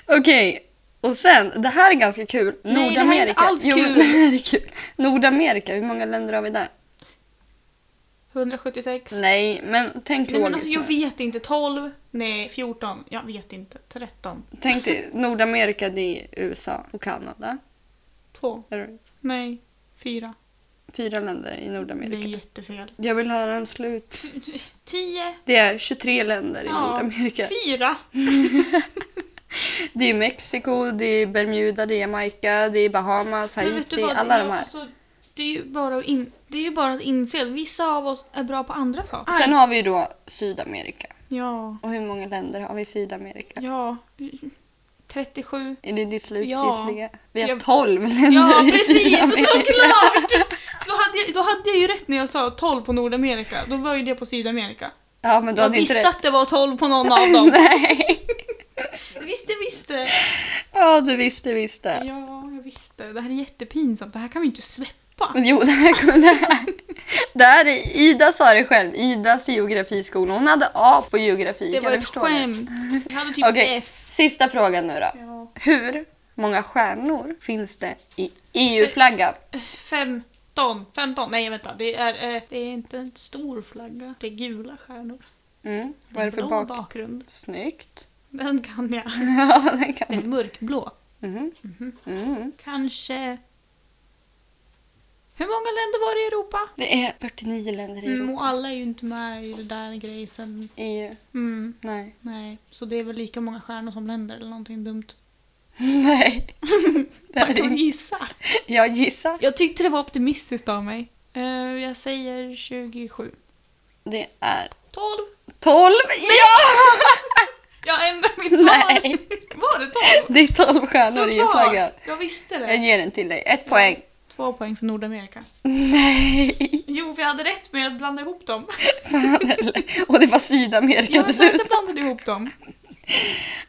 Speaker 1: Okej, och sen, det här är ganska kul.
Speaker 2: det här är inte
Speaker 1: Nordamerika.
Speaker 2: alls
Speaker 1: Jo,
Speaker 2: kul.
Speaker 1: det här är kul. Nordamerika, hur många länder har vi där?
Speaker 2: 176.
Speaker 1: Nej, men tänk
Speaker 2: Nej, men
Speaker 1: Mm. logiskt
Speaker 2: alltså,
Speaker 1: nu.
Speaker 2: jag vet inte. 12. Nej, 14. Jag vet inte. 13.
Speaker 1: Tänk dig, Nordamerika det är USA och Kanada.
Speaker 2: 2.
Speaker 1: Är det
Speaker 2: Nej, 4.
Speaker 1: fyra länder i
Speaker 2: Det är
Speaker 1: Nordamerika.
Speaker 2: jättefel.
Speaker 1: Jag vill höra en slut.
Speaker 2: 10.
Speaker 1: Det är 23 länder i
Speaker 2: Ja,
Speaker 1: Nordamerika.
Speaker 2: 4.
Speaker 1: Det är Mexiko, det är Bermuda, det är Jamaica, det är Bahamas, Haiti, alla de här.
Speaker 2: Alltså, det, är ju bara att in, det är ju bara att inse att vissa av oss är bra på andra saker.
Speaker 1: Sen har vi ju då Sydamerika.
Speaker 2: Ja.
Speaker 1: Och hur många länder har vi i Sydamerika?
Speaker 2: Ja. 37.
Speaker 1: Är det ditt slutgiltiga?
Speaker 2: Ja.
Speaker 1: Vi har
Speaker 2: Jag-
Speaker 1: 12 länder
Speaker 2: Ja,
Speaker 1: i
Speaker 2: precis!
Speaker 1: Sydamerika.
Speaker 2: Såklart! Så hade jag, då hade jag ju rätt när jag sa 12 på Nordamerika. Då var ju det på Sydamerika.
Speaker 1: Ja, men du
Speaker 2: Jag
Speaker 1: hade inte
Speaker 2: visste
Speaker 1: rätt.
Speaker 2: att det var 12 på någon av dem.
Speaker 1: Nej.
Speaker 2: visste, visste!
Speaker 1: Ja, du visste, visste.
Speaker 2: Ja, jag visste. Det här är jättepinsamt. Det här kan vi inte släppa.
Speaker 1: Jo, det här kunde jag. Där är, Ida sa det själv, Idas geografiskola. Hon hade A på geografi.
Speaker 2: Det
Speaker 1: kan
Speaker 2: var
Speaker 1: du
Speaker 2: ett
Speaker 1: förstå
Speaker 2: skämt. Jag hade typ
Speaker 1: Okej,
Speaker 2: F.
Speaker 1: sista frågan nu då.
Speaker 2: Ja.
Speaker 1: Hur många stjärnor finns det i E EU-flaggan?
Speaker 2: 15. 15. Nej vänta, det är, eh, det är inte en stor flagga. Det är gula stjärnor.
Speaker 1: Mm, vad är det för
Speaker 2: blå
Speaker 1: bak?
Speaker 2: bakgrund?
Speaker 1: Snyggt.
Speaker 2: Den kan jag.
Speaker 1: Ja, den kan
Speaker 2: Den är mörkblå.
Speaker 1: Mhm. Mm.
Speaker 2: Kanske... Hur många länder var det i Europa?
Speaker 1: Det är 49 länder i E
Speaker 2: Mm,
Speaker 1: Europa.
Speaker 2: och alla är ju inte med i den där grejen.
Speaker 1: EU?
Speaker 2: Mm,
Speaker 1: Nej.
Speaker 2: nej, så det är väl lika många stjärnor som länder eller någonting dumt.
Speaker 1: Nej. Det här
Speaker 2: Tack för
Speaker 1: är,
Speaker 2: att
Speaker 1: in-
Speaker 2: gissa.
Speaker 1: jag gissar.
Speaker 2: Jag tyckte det var optimistiskt av mig. Eh, jag säger 27.
Speaker 1: Det är
Speaker 2: 12.
Speaker 1: 12. Ja!
Speaker 2: Jag ändrar mitt svar.
Speaker 1: Nej,
Speaker 2: Var det 12?
Speaker 1: det är 12 stjärnor i EU-flaggan.
Speaker 2: Såklart! Jag visste
Speaker 1: Jag
Speaker 2: det.
Speaker 1: ger den till dig. Ett poäng.
Speaker 2: Två poäng för Nordamerika.
Speaker 1: Nej,
Speaker 2: Jo, för jag hade rätt men jag blandade ihop dem.
Speaker 1: fan eller. Och det var Sydamerika
Speaker 2: Jag vet inte
Speaker 1: dessutom.
Speaker 2: blandade ihop dem.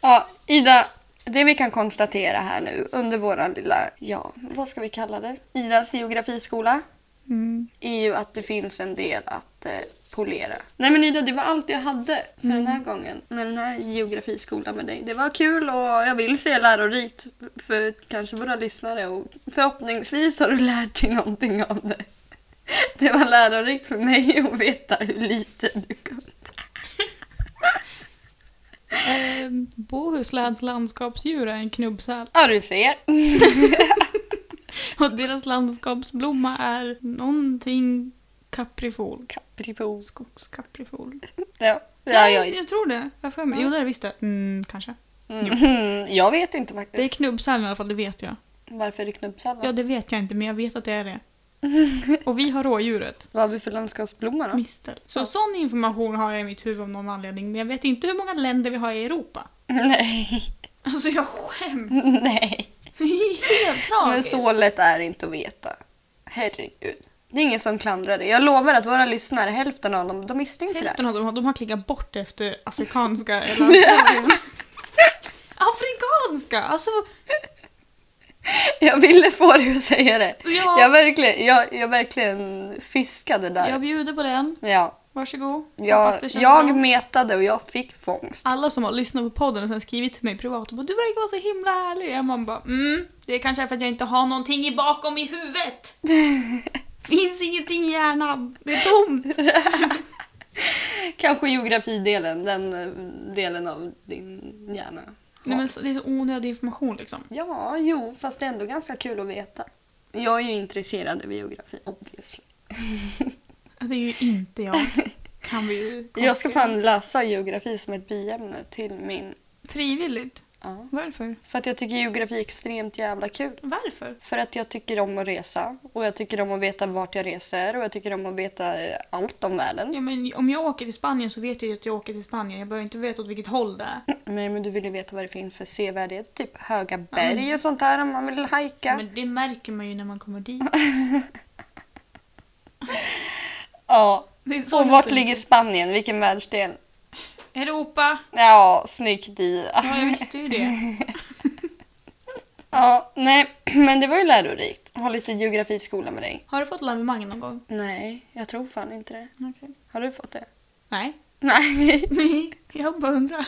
Speaker 1: Ja, Ida, det vi kan konstatera här nu under våran lilla, ja, vad ska vi kalla det? Idas geografiskola
Speaker 2: Mm.
Speaker 1: är ju att det finns en del att eh, polera. Nej men Ida, det var allt jag hade för den här gången med den här geografiskolan med dig. Det var kul och jag vill se lärorikt för kanske våra lyssnare och förhoppningsvis har du lärt dig någonting av det. Det var lärorikt för mig att veta hur lite du kunde.
Speaker 2: Eh, Bohusläns landskapsdjur är en knubbsäl.
Speaker 1: Ja, du ser.
Speaker 2: Och deras landskapsblomma är någonting kaprifol.
Speaker 1: Kaprifos.
Speaker 2: Skogskaprifol.
Speaker 1: Ja, ja,
Speaker 2: Nej,
Speaker 1: ja.
Speaker 2: jag tror det. Jag har för mig. Jo, det är det visst det. Mm, kanske.
Speaker 1: Mhm, Jag vet inte
Speaker 2: Det är
Speaker 1: faktiskt.
Speaker 2: knubbsälen i alla fall, det vet jag.
Speaker 1: Varför är det knubbsallad?
Speaker 2: Ja, det vet jag inte, men jag vet att det är det. Och vi har rådjuret.
Speaker 1: Vad har vi för landskapsblomma då?
Speaker 2: Mistel. Så sån information har jag i mitt huvud av någon anledning, men jag vet inte hur många länder vi har i Europa.
Speaker 1: Nej.
Speaker 2: Alltså jag skäms!
Speaker 1: Nej.
Speaker 2: Det är helt
Speaker 1: Men
Speaker 2: tragiskt.
Speaker 1: så lätt är det inte att veta. Herregud. Det är ingen som klandrar dig. Jag lovar att våra lyssnare, hälften av dem, de visste inte det.
Speaker 2: Hälften av dem har, de har klickat bort efter afrikanska eller australienska. Afrikanska! Alltså,
Speaker 1: Jag ville få dig att säga det.
Speaker 2: Ja.
Speaker 1: Jag, verkligen, jag, jag verkligen fiskade där.
Speaker 2: jag bjuder på den.
Speaker 1: Ja.
Speaker 2: Varsågod. Hoppas
Speaker 1: Jag,
Speaker 2: det känns bra.
Speaker 1: jag metade och jag fick fångst.
Speaker 2: alla som har lyssnat på podden och sen skrivit till mig privat och bara du verkar vara så himla härlig. Jag man bara mm, det kanske är för att jag inte har någonting i bakom i huvudet. Finns ingenting i hjärnan. Det är tomt.
Speaker 1: Kanske geografidelen, den eh, delen av din hjärna.
Speaker 2: Nej, men så, det är så onödig information liksom.
Speaker 1: Ja, jo, fast det är ändå ganska kul att veta. Jag är ju intresserad av geografi, obviously.
Speaker 2: Det är ju inte jag. Kan vi ju
Speaker 1: Jag ska fan läsa geografi som ett biämne till min...
Speaker 2: Frivilligt?
Speaker 1: Ja.
Speaker 2: Varför?
Speaker 1: För att jag tycker geografi är extremt jävla kul.
Speaker 2: Varför?
Speaker 1: För att jag tycker om att resa och jag tycker om att veta vart jag reser och jag tycker om att veta eh, allt om världen.
Speaker 2: Ja, men om jag åker till Spanien så vet jag ju att jag åker till Spanien. Jag behöver inte veta åt vilket håll det är.
Speaker 1: Nej, men du vill ju veta vad det finns för sevärdheter, typ höga berg och sånt där om man vill hajka.
Speaker 2: Men det märker man ju när man kommer dit.
Speaker 1: Ja.
Speaker 2: Det är så
Speaker 1: Och vart
Speaker 2: lite-
Speaker 1: ligger Spanien? Vilken världsdel?
Speaker 2: Europa?
Speaker 1: Ja, snyggt Dia.
Speaker 2: Ja, jag visste ju det.
Speaker 1: Ja, nej, men det var ju lärorikt. Ha lite geografiskola med dig.
Speaker 2: Har du fått lavemang någon gång?
Speaker 1: Nej, jag tror fan inte det.
Speaker 2: Okej.
Speaker 1: Har du fått det?
Speaker 2: Nej.
Speaker 1: Nej.
Speaker 2: Nej, jag bara undrar.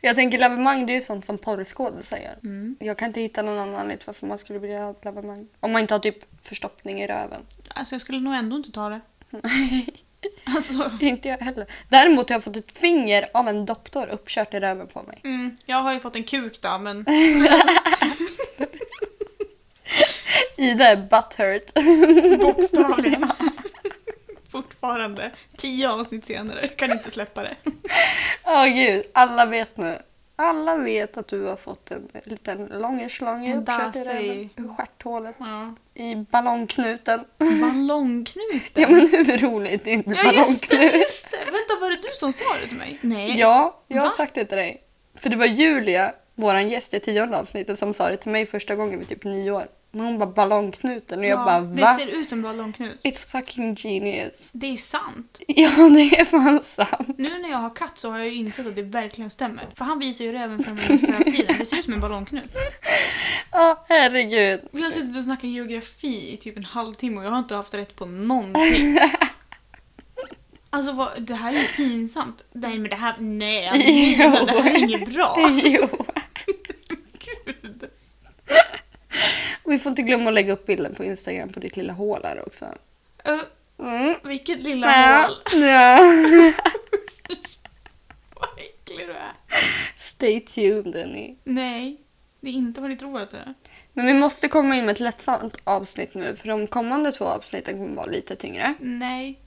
Speaker 1: Jag tänker lavemang, det är ju sånt som porrskådisar
Speaker 2: Mm.
Speaker 1: Jag kan inte hitta någon anledning till varför man skulle vilja ha ett lavemang. Om man inte har typ förstoppning i röven.
Speaker 2: Alltså jag skulle nog ändå inte ta det. Alltså,
Speaker 1: Inte jag heller. Däremot har jag fått ett finger av en doktor uppkört i röven på mig.
Speaker 2: mm, jag har ju fått en kuk då men
Speaker 1: Ida är butthurt.
Speaker 2: bokstavligen. Fortfarande. Tio avsnitt senare, kan inte släppa det.
Speaker 1: Åh gud, alla vet nu. Alla vet att du har fått en liten långerslånger
Speaker 2: En
Speaker 1: uppkört i
Speaker 2: dasse
Speaker 1: röven.
Speaker 2: i-
Speaker 1: I stjärthålet.
Speaker 2: Ja.
Speaker 1: I ballongknuten.
Speaker 2: Ballongknuten.
Speaker 1: Ja men hur roligt är inte
Speaker 2: Ja just
Speaker 1: ballongknuten?
Speaker 2: det, just det! Vänta, var det du som sa det till mig? Nej.
Speaker 1: Ja, jag har
Speaker 2: Va?
Speaker 1: sagt det till dig. För det var Julia, våran gäst i tionde avsnittet, som sa det till mig första gången vid typ nio år. Men hon bara ballongknuten och jag bara va?
Speaker 2: Det ser ut som ballongknut.
Speaker 1: It's fucking genius.
Speaker 2: Det är sant.
Speaker 1: Ja, det är fan sant.
Speaker 2: Nu när jag har katt så har jag ju insett att det verkligen stämmer. För han visar ju röven för mig just hela tiden. Det ser ut som en ballongknut.
Speaker 1: Ja, herregud.
Speaker 2: Vi har suttit och snackat geografi i typ en halvtimme och jag har inte haft rätt på någonting. Alltså vad, det här är ju pinsamt. Nej men det här, nej, alltså, nej men det här är inget bra.
Speaker 1: Jo.
Speaker 2: Gud.
Speaker 1: Vi får inte glömma att lägga upp bilden på Instagram på ditt lilla hål här också.
Speaker 2: Ö,
Speaker 1: Mm.
Speaker 2: vilket lilla
Speaker 1: Ja,
Speaker 2: hål.
Speaker 1: ja.
Speaker 2: Vad äcklig du är.
Speaker 1: Stay tuned, Denny.
Speaker 2: Nej, det är inte vad ni tror att det är.
Speaker 1: Men vi måste komma in med ett lättsamt avsnitt nu för de kommande två avsnitten kommer vara lite tyngre.
Speaker 2: Nej.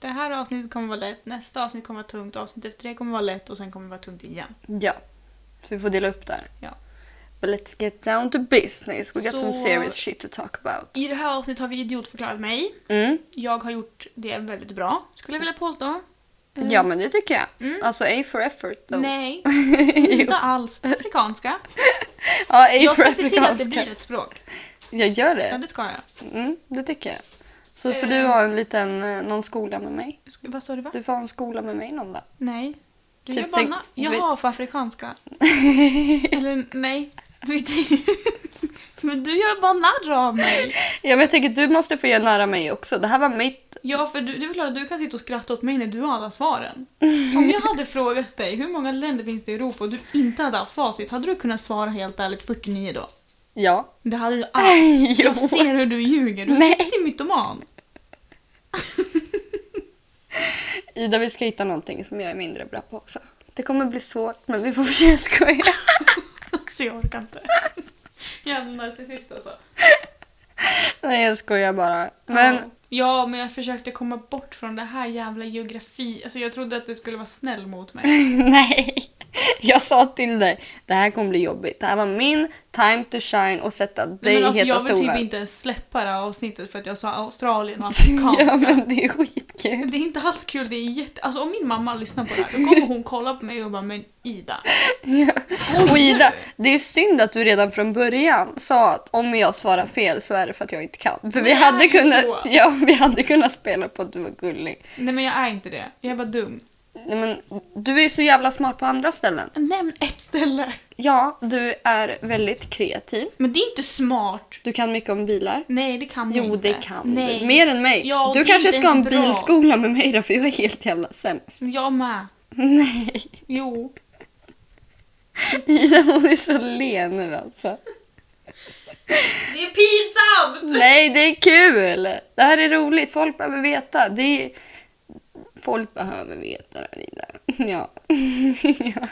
Speaker 2: Det här avsnittet kommer vara lätt, nästa avsnitt kommer vara tungt, avsnittet efter det kommer vara lätt och sen kommer det vara tungt igen.
Speaker 1: Ja. Så vi får dela upp där.
Speaker 2: Ja.
Speaker 1: But let's get down to business. We got some
Speaker 2: Så-
Speaker 1: serious shit to talk about.
Speaker 2: I det här avsnittet har vi idiotförklarat mig.
Speaker 1: Mm.
Speaker 2: Jag har gjort det väldigt bra, skulle jag vilja påstå. Eh,
Speaker 1: Ja men det tycker jag.
Speaker 2: Mm.
Speaker 1: Alltså A for effort. Då.
Speaker 2: Nej,
Speaker 1: Jo.
Speaker 2: inte alls. Afrikanska.
Speaker 1: Ja, A
Speaker 2: Jag
Speaker 1: for
Speaker 2: ska se till att det
Speaker 1: afrikanska.
Speaker 2: blir ett språk.
Speaker 1: Jag gör
Speaker 2: Ja,
Speaker 1: det.
Speaker 2: det ska jag.
Speaker 1: Mm, det tycker jag. Så får
Speaker 2: Eh.
Speaker 1: du ha en liten, eh, någon skola med mig.
Speaker 2: Ska- Vad sa du? Va?
Speaker 1: Du får ha en skola med mig någon dag.
Speaker 2: Nej. Du
Speaker 1: Typ
Speaker 2: gör bara
Speaker 1: tänk-
Speaker 2: na-
Speaker 1: du vet-
Speaker 2: Jaha, för afrikanska. Eller nej. Du vet- Men du gör bara narr av mig.
Speaker 1: Ja, men jag tänker du måste få göra nära mig också. Det här var mitt...
Speaker 2: Ja, för du, det är väl klart att du kan sitta och skratta åt mig när du har alla svaren. Om jag hade frågat dig hur många länder finns det i Europa och du inte hade haft facit, hade du kunnat svara helt ärligt 49 då?
Speaker 1: Ja.
Speaker 2: Det hade du aldrig.
Speaker 1: jo.
Speaker 2: Jag ser hur du ljuger. Du är
Speaker 1: Nej.
Speaker 2: en riktig mytoman.
Speaker 1: Ida, vi ska hitta någonting som jag är mindre bra på också. Det kommer bli svårt, men vi får försöka skoja.
Speaker 2: Alltså jag orkar inte. Jävla narcissist alltså.
Speaker 1: Nej, jag skojar bara. Men
Speaker 2: Ja. Ja, men jag försökte komma bort från det här jävla geografi. Alltså jag trodde att det skulle vara snäll mot mig.
Speaker 1: nej. Jag sa till dig, det här kommer bli jobbigt. Det här var min time to shine och sätta dig
Speaker 2: Men
Speaker 1: i
Speaker 2: alltså,
Speaker 1: heta
Speaker 2: jag vill
Speaker 1: stolar.
Speaker 2: typ inte ens släppa det här avsnittet för att jag sa Australien och afrikanska.
Speaker 1: Ja men det är skitkul.
Speaker 2: Det är inte alls kul, det är jätte... Alltså om min mamma lyssnar på det här då kommer hon kolla på mig och bara “men Ida”. Skojar
Speaker 1: Och Ida,
Speaker 2: du?
Speaker 1: det är synd att du redan från början sa att om jag svarar fel så är det för att jag inte kan. För vi
Speaker 2: Det är
Speaker 1: hade
Speaker 2: ju
Speaker 1: kunnat,
Speaker 2: så.
Speaker 1: ja, vi hade kunnat spela på att du var gullig.
Speaker 2: Nej men jag är inte det, jag är bara dum.
Speaker 1: Nej, men, du är så jävla smart på andra ställen.
Speaker 2: Nämn ett ställe!
Speaker 1: Ja, du är väldigt kreativ.
Speaker 2: Men det är inte smart.
Speaker 1: Du kan mycket om bilar.
Speaker 2: Nej det kan jag
Speaker 1: Jo,
Speaker 2: inte.
Speaker 1: det kan
Speaker 2: Nej.
Speaker 1: du. Mer än mig.
Speaker 2: Ja, och det
Speaker 1: du
Speaker 2: är
Speaker 1: kanske
Speaker 2: inte
Speaker 1: ska ha en
Speaker 2: ens bra.
Speaker 1: bilskola med mig då, för jag är helt jävla sämst.
Speaker 2: Jag med.
Speaker 1: Nej,
Speaker 2: Jo.
Speaker 1: Ida hon är så len nu alltså.
Speaker 2: Det är pinsamt!
Speaker 1: Nej, det är kul! Det här är roligt. Folk behöver veta. Det är... Folk behöver veta det här, Ida. Ja. ja.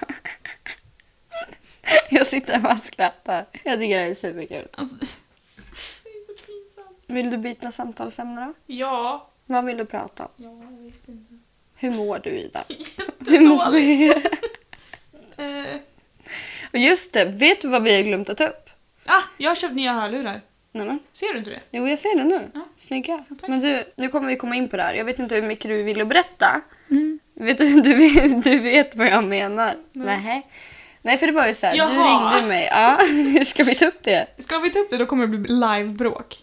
Speaker 1: Jag sitter här och bara skrattar. Jag tycker det här är superkul.
Speaker 2: Alltså, det är så pinsamt.
Speaker 1: Vill du byta samtalsämne då?
Speaker 2: Ja.
Speaker 1: Vad vill du prata om?
Speaker 2: Ja, jag vet inte.
Speaker 1: Hur mår du, Ida? Hur mår
Speaker 2: Jättedåligt.
Speaker 1: du?
Speaker 2: Eh,
Speaker 1: Och Just det, vet du vad vi har glömt att ta upp?
Speaker 2: ah, jag har köpt nya hörlurar.
Speaker 1: Nej, men.
Speaker 2: Ser du inte det?
Speaker 1: Jo, jag ser det nu.
Speaker 2: Ja.
Speaker 1: Snygga.
Speaker 2: tack.
Speaker 1: Men du, nu kommer vi komma in på det här. Jag vet inte hur mycket du ville berätta.
Speaker 2: Mm.
Speaker 1: Vet du, du, vet, du vet vad jag menar. Nej. Nej, för det var ju så här, du
Speaker 2: Jaha.
Speaker 1: ringde mig. Ja, ska vi ta upp det?
Speaker 2: Ska vi ta upp det då kommer det bli livebråk.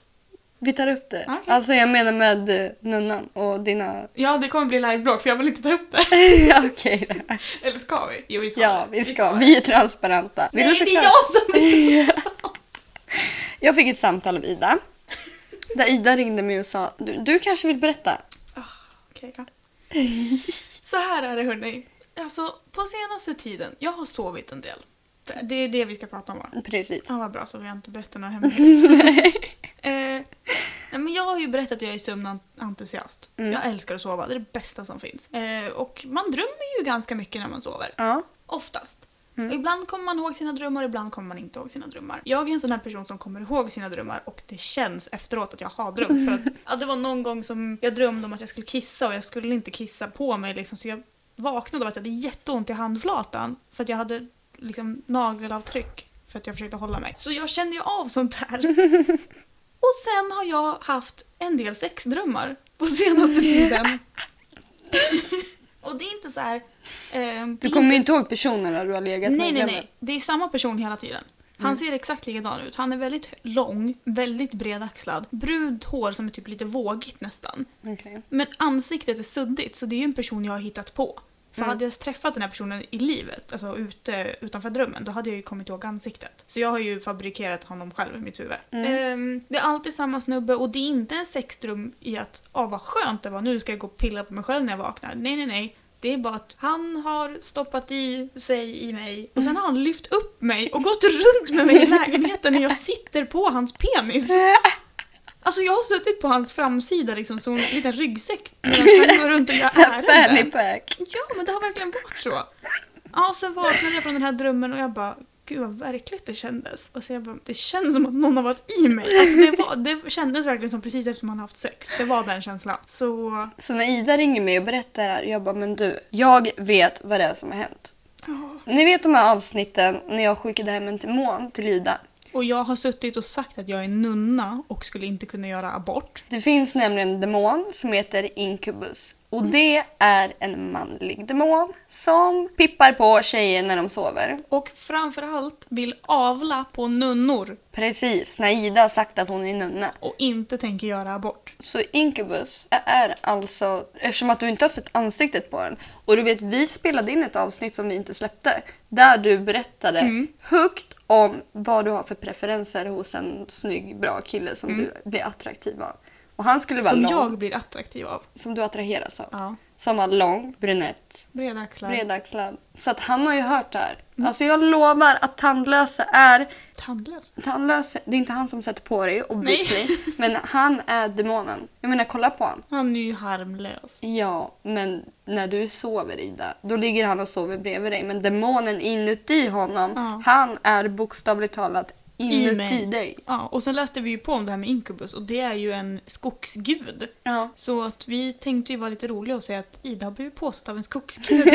Speaker 1: Vi tar upp det.
Speaker 2: Okej.
Speaker 1: Alltså jag menar med eh, nunnan och dina...
Speaker 2: Ja, det kommer bli livebråk för jag vill inte ta upp det.
Speaker 1: ja, okej då.
Speaker 2: Eller ska vi? Jo, vi ska.
Speaker 1: Ja,
Speaker 2: det.
Speaker 1: vi ska.
Speaker 2: det.
Speaker 1: Vi är transparenta. Vill
Speaker 2: Nej,
Speaker 1: du
Speaker 2: det är
Speaker 1: förklara?
Speaker 2: jag som
Speaker 1: Jag fick ett samtal av Ida. Där Ida ringde mig och sa, du, du kanske vill berätta?
Speaker 2: Ah, Okej då. Så här är det hörni. Alltså på senaste tiden, jag har sovit en del. För Det är det vi ska prata om va?
Speaker 1: Precis.
Speaker 2: Ja vad bra så vi har inte berättat några hemligheter. eh, nej, men jag har ju berättat att jag är sömnentusiast.
Speaker 1: Mm.
Speaker 2: Jag älskar att sova, det är det bästa som finns. Eh, och man drömmer ju ganska mycket när man sover.
Speaker 1: Ja.
Speaker 2: Oftast.
Speaker 1: Mm.
Speaker 2: Och ibland kommer man ihåg sina drömmar, ibland kommer man inte ihåg sina drömmar. Jag är en sån här person som kommer ihåg sina drömmar och det känns efteråt att jag har drömt. För att, att det var någon gång som jag drömde om att jag skulle kissa och jag skulle inte kissa på mig liksom, så jag vaknade av att jag hade jätteont i handflatan för att jag hade liksom nagelavtryck för att jag försökte hålla mig. Så jag känner ju av sånt här. Och sen har jag haft en del sexdrömmar på senaste tiden. och det är inte så här... Eh, det är
Speaker 1: Du
Speaker 2: inte-
Speaker 1: kommer ju inte ihåg personerna du har legat med
Speaker 2: Nej,
Speaker 1: i
Speaker 2: nej,
Speaker 1: drömmen.
Speaker 2: nej. Det är samma person hela tiden. Han ser exakt likadan ut. Han är väldigt lång, väldigt bredaxlad, brunt hår som är typ lite vågigt nästan.
Speaker 1: Okej.
Speaker 2: Men ansiktet är suddigt så det är ju en person jag har hittat på. För
Speaker 1: Mm.
Speaker 2: hade jag träffat den här personen i livet, alltså ute utanför drömmen, då hade jag ju kommit ihåg ansiktet. Så jag har ju fabrikerat honom själv i mitt huvud. Ehm, det är alltid samma snubbe och det är inte en sexdröm i att ah vad skönt det var, nu ska jag gå och pilla på mig själv när jag vaknar. Nej, nej, nej. Det är bara att han har stoppat i sig i mig och sen har han lyft upp mig och gått runt med mig i lägenheten när jag sitter på hans penis. Alltså jag har suttit på hans framsida liksom som en liten ryggsäck. där Han går runt och gör
Speaker 1: Så här fanny
Speaker 2: ärenden.
Speaker 1: pack.
Speaker 2: Ja men det har verkligen varit så. Ja sen vaknade jag från den här drömmen och jag bara Gud vad verkligt det kändes. Och så jag bara, det känns som att någon har varit i mig. Alltså det, var, det kändes verkligen som precis efter man haft sex. Det var den känslan. Så,
Speaker 1: Så när Ida ringer mig och berättar det här, jag bara men du, jag vet vad det är som har hänt.
Speaker 2: ja.
Speaker 1: Ni vet de här avsnitten när jag skickade hem en demon till Ida.
Speaker 2: Och jag har suttit och sagt att jag är nunna och skulle inte kunna göra abort.
Speaker 1: Det finns nämligen en demon som heter Incubus. Och det är en manlig demon som pippar på tjejer när de sover.
Speaker 2: Och framförallt vill avla på nunnor
Speaker 1: Precis, när Ida har sagt att hon är nunna.
Speaker 2: och inte tänker göra abort.
Speaker 1: Så Incubus är alltså, eftersom att du inte har sett ansiktet på den och du vet vi spelade in ett avsnitt som vi inte släppte där du berättade
Speaker 2: Mm.
Speaker 1: högt om vad du har för preferenser hos en snygg, bra kille som du blir attraktiv av. Och han skulle vara
Speaker 2: Mm. Som
Speaker 1: lång,
Speaker 2: jag blir attraktiv av.
Speaker 1: som du attraheras av.
Speaker 2: Ja.
Speaker 1: Som var lång, brunett,
Speaker 2: Breda axlar.
Speaker 1: bredaxlad. Så att han har ju hört det här.
Speaker 2: Mm.
Speaker 1: Alltså jag lovar att tandlösa är
Speaker 2: Tandlös.
Speaker 1: Tandlös, det är inte han som sätter på dig obviously,
Speaker 2: Nej.
Speaker 1: men han är demonen. Jag menar kolla på han.
Speaker 2: Han är ju harmlös.
Speaker 1: Ja, men när du sover Ida, då ligger han och sover bredvid dig. Men demonen inuti honom,
Speaker 2: Ja.
Speaker 1: han är bokstavligt talat inuti
Speaker 2: mig.
Speaker 1: dig.
Speaker 2: Ja, och sen läste vi ju på om det här med Incubus och det är ju en skogsgud.
Speaker 1: Ja.
Speaker 2: Så att vi tänkte ju vara lite roliga och säga att Ida har blivit påsatt av en skogsgud.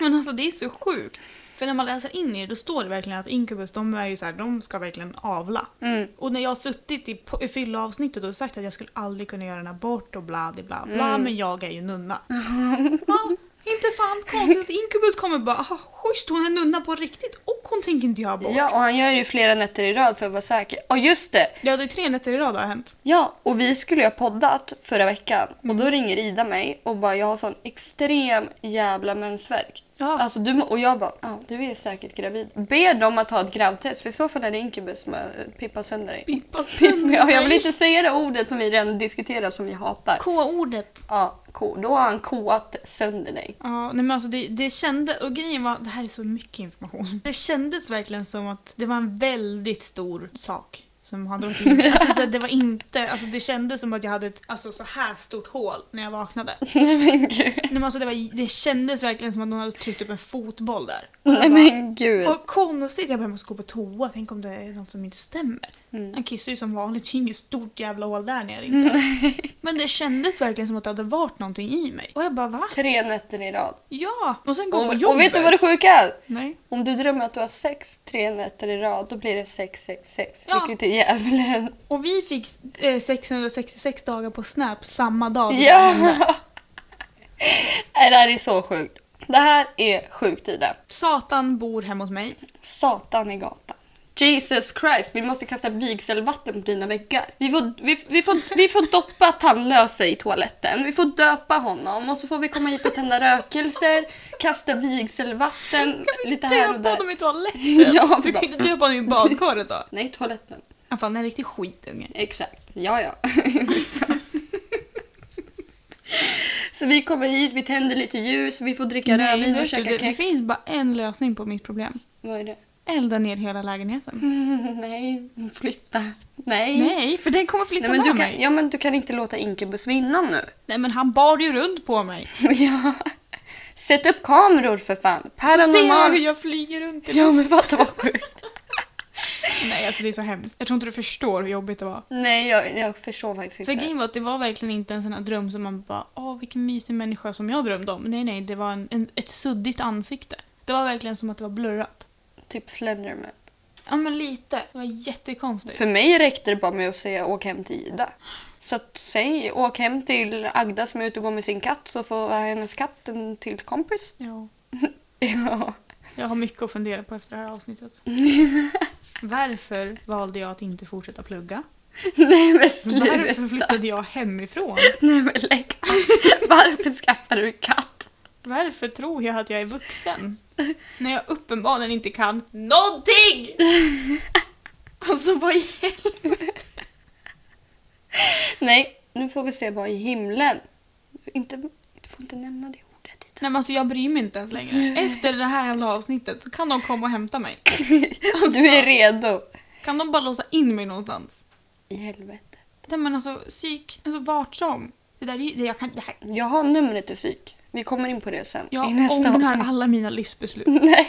Speaker 2: Men alltså det är så sjukt. För när man läser in i det då står det verkligen att Incubus de är ju så här, de ska verkligen avla.
Speaker 1: Mm.
Speaker 2: Och när jag har suttit i, po- i fyllaavsnittet och sagt att jag skulle aldrig kunna göra en abort och bla bla bla, bla
Speaker 1: Mm.
Speaker 2: men jag är ju nunna. ja, inte fan konstigt att Incubus kommer bara aha, schysst hon är nunna på riktigt och hon tänker inte göra abort. Ja.
Speaker 1: Ja, och han gör ju flera nätter i rad för att vara säker. Ja, just det!
Speaker 2: det är tre nätter i rad har hänt.
Speaker 1: Ja, och vi skulle ju ha poddat förra veckan
Speaker 2: Mm.
Speaker 1: och då ringer Ida mig och bara jag har sån extrem jävla mensvärk.
Speaker 2: Ja.
Speaker 1: Alltså, du, må- och jag bara, ja, du är säkert gravid. Be dem att ta ett grabbtest för i så fall är det Incubus som har pippat sönder dig.
Speaker 2: Pipa
Speaker 1: Pippa, ja, jag vill inte säga det ordet som vi redan diskuterat som vi hatar.
Speaker 2: K-ordet.
Speaker 1: Ja, ko. Då har han koat sönder dig.
Speaker 2: Ja, nej men alltså det, det kändes, och grejen var, det här är så mycket information. Det kändes verkligen som att det var en väldigt stor sak som hade varit inne. Alltså, så att det var inte, alltså det kändes som att jag hade ett alltså, så här stort hål när jag vaknade. Nej
Speaker 1: Nej men gud.
Speaker 2: men alltså det, var, det kändes verkligen som att någon hade tryckt upp en fotboll där. Och
Speaker 1: Nej
Speaker 2: jag bara,
Speaker 1: men gud.
Speaker 2: Vad konstigt, jag bara, jag måste gå på toa, tänk om det är något som inte stämmer.
Speaker 1: Mm.
Speaker 2: Han kissar ju som vanligt, det är inget stort jävla hål där nere inte. Men det kändes verkligen som att det hade varit någonting i mig. Och jag bara va?
Speaker 1: Tre nätter i rad.
Speaker 2: Ja! Och sen går på
Speaker 1: Och,
Speaker 2: jobbet.
Speaker 1: och vet du vad det sjuka är?
Speaker 2: Nej.
Speaker 1: Om du drömmer att du har sex tre nätter i rad, då blir det 666,
Speaker 2: Ja.
Speaker 1: vilket är djävulen.
Speaker 2: Och vi fick eh, 666 dagar på Snap samma dag.
Speaker 1: Ja! Nej, det här är så sjukt. Det här är sjukt, Ida.
Speaker 2: Satan bor hemma hos mig.
Speaker 1: Satan i gatan. Jesus Christ, vi måste kasta vigselvatten på dina väggar. Vi får, vi, vi får, vi får doppa tandlösa i toaletten, vi får döpa honom och så får vi komma hit och tända rökelser, kasta vigselvatten lite här och
Speaker 2: Döpa
Speaker 1: där.
Speaker 2: honom i toaletten!
Speaker 1: Ja,
Speaker 2: du
Speaker 1: bra.
Speaker 2: kan ju inte döpa honom i badkaret då.
Speaker 1: Nej, toaletten.
Speaker 2: Han fan en riktig skitunge.
Speaker 1: Exakt, ja ja. så vi kommer hit, vi tänder lite ljus, vi får dricka rödvin och
Speaker 2: vet du,
Speaker 1: käka
Speaker 2: det, det
Speaker 1: kex.
Speaker 2: finns bara en lösning på mitt problem.
Speaker 1: Vad är det?
Speaker 2: Elda ner hela lägenheten.
Speaker 1: Mm. Nej, flytta. Nej.
Speaker 2: Nej, för den kommer flytta
Speaker 1: Nej, men
Speaker 2: med
Speaker 1: du
Speaker 2: mig.
Speaker 1: kan, ja, men du kan inte låta Inkebus vinna nu.
Speaker 2: Nej men han bar ju runt på mig.
Speaker 1: ja. Sätt upp kameror för fan.
Speaker 2: Ser du hur
Speaker 1: Paranormal.
Speaker 2: jag flyger runt? i-
Speaker 1: Ja men fatta vad sjukt.
Speaker 2: Nej alltså det är så hemskt. Jag tror inte du förstår hur jobbigt det var.
Speaker 1: Nej jag, jag förstår faktiskt
Speaker 2: För
Speaker 1: inte.
Speaker 2: grejen var att det var verkligen inte en sån här dröm som man bara åh vilken mysig människa som jag drömde om. Nej nej, det var en, en, ett suddigt ansikte. Det var verkligen som att det var blurrat.
Speaker 1: Typ Slenderman.
Speaker 2: Ja men lite. Det var jättekonstigt.
Speaker 1: För mig räckte det bara med att säga åk hem till Ida. Så att, säg åk hem till Agda som är ute och går med sin katt så får hennes katt en till kompis.
Speaker 2: Ja,
Speaker 1: Ja.
Speaker 2: jag har mycket att fundera på efter det här avsnittet. Varför valde jag att inte fortsätta plugga?
Speaker 1: Nej men
Speaker 2: Varför
Speaker 1: sluta.
Speaker 2: flyttade jag hemifrån?
Speaker 1: Nej men lägg Varför skaffade du katt?
Speaker 2: Varför tror jag att jag är vuxen? När jag uppenbarligen inte kan någonting! Alltså vad i helvete?
Speaker 1: Nej, nu får vi se vad i himlen. Inte, du får inte nämna det ordet. Ida.
Speaker 2: Nej men alltså jag bryr mig inte ens längre. Efter det här jävla avsnittet så kan de komma och hämta mig.
Speaker 1: Du är redo.
Speaker 2: Kan de bara låsa in mig någonstans?
Speaker 1: I helvete.
Speaker 2: Nej men alltså psyk, alltså vart som. Det där är ju- det jag kan, det här.
Speaker 1: Jag har numret till psyk. Vi kommer in på det sen.
Speaker 2: Jag
Speaker 1: I nästa
Speaker 2: ångrar
Speaker 1: avsnitt.
Speaker 2: alla mina livsbeslut.
Speaker 1: Nej.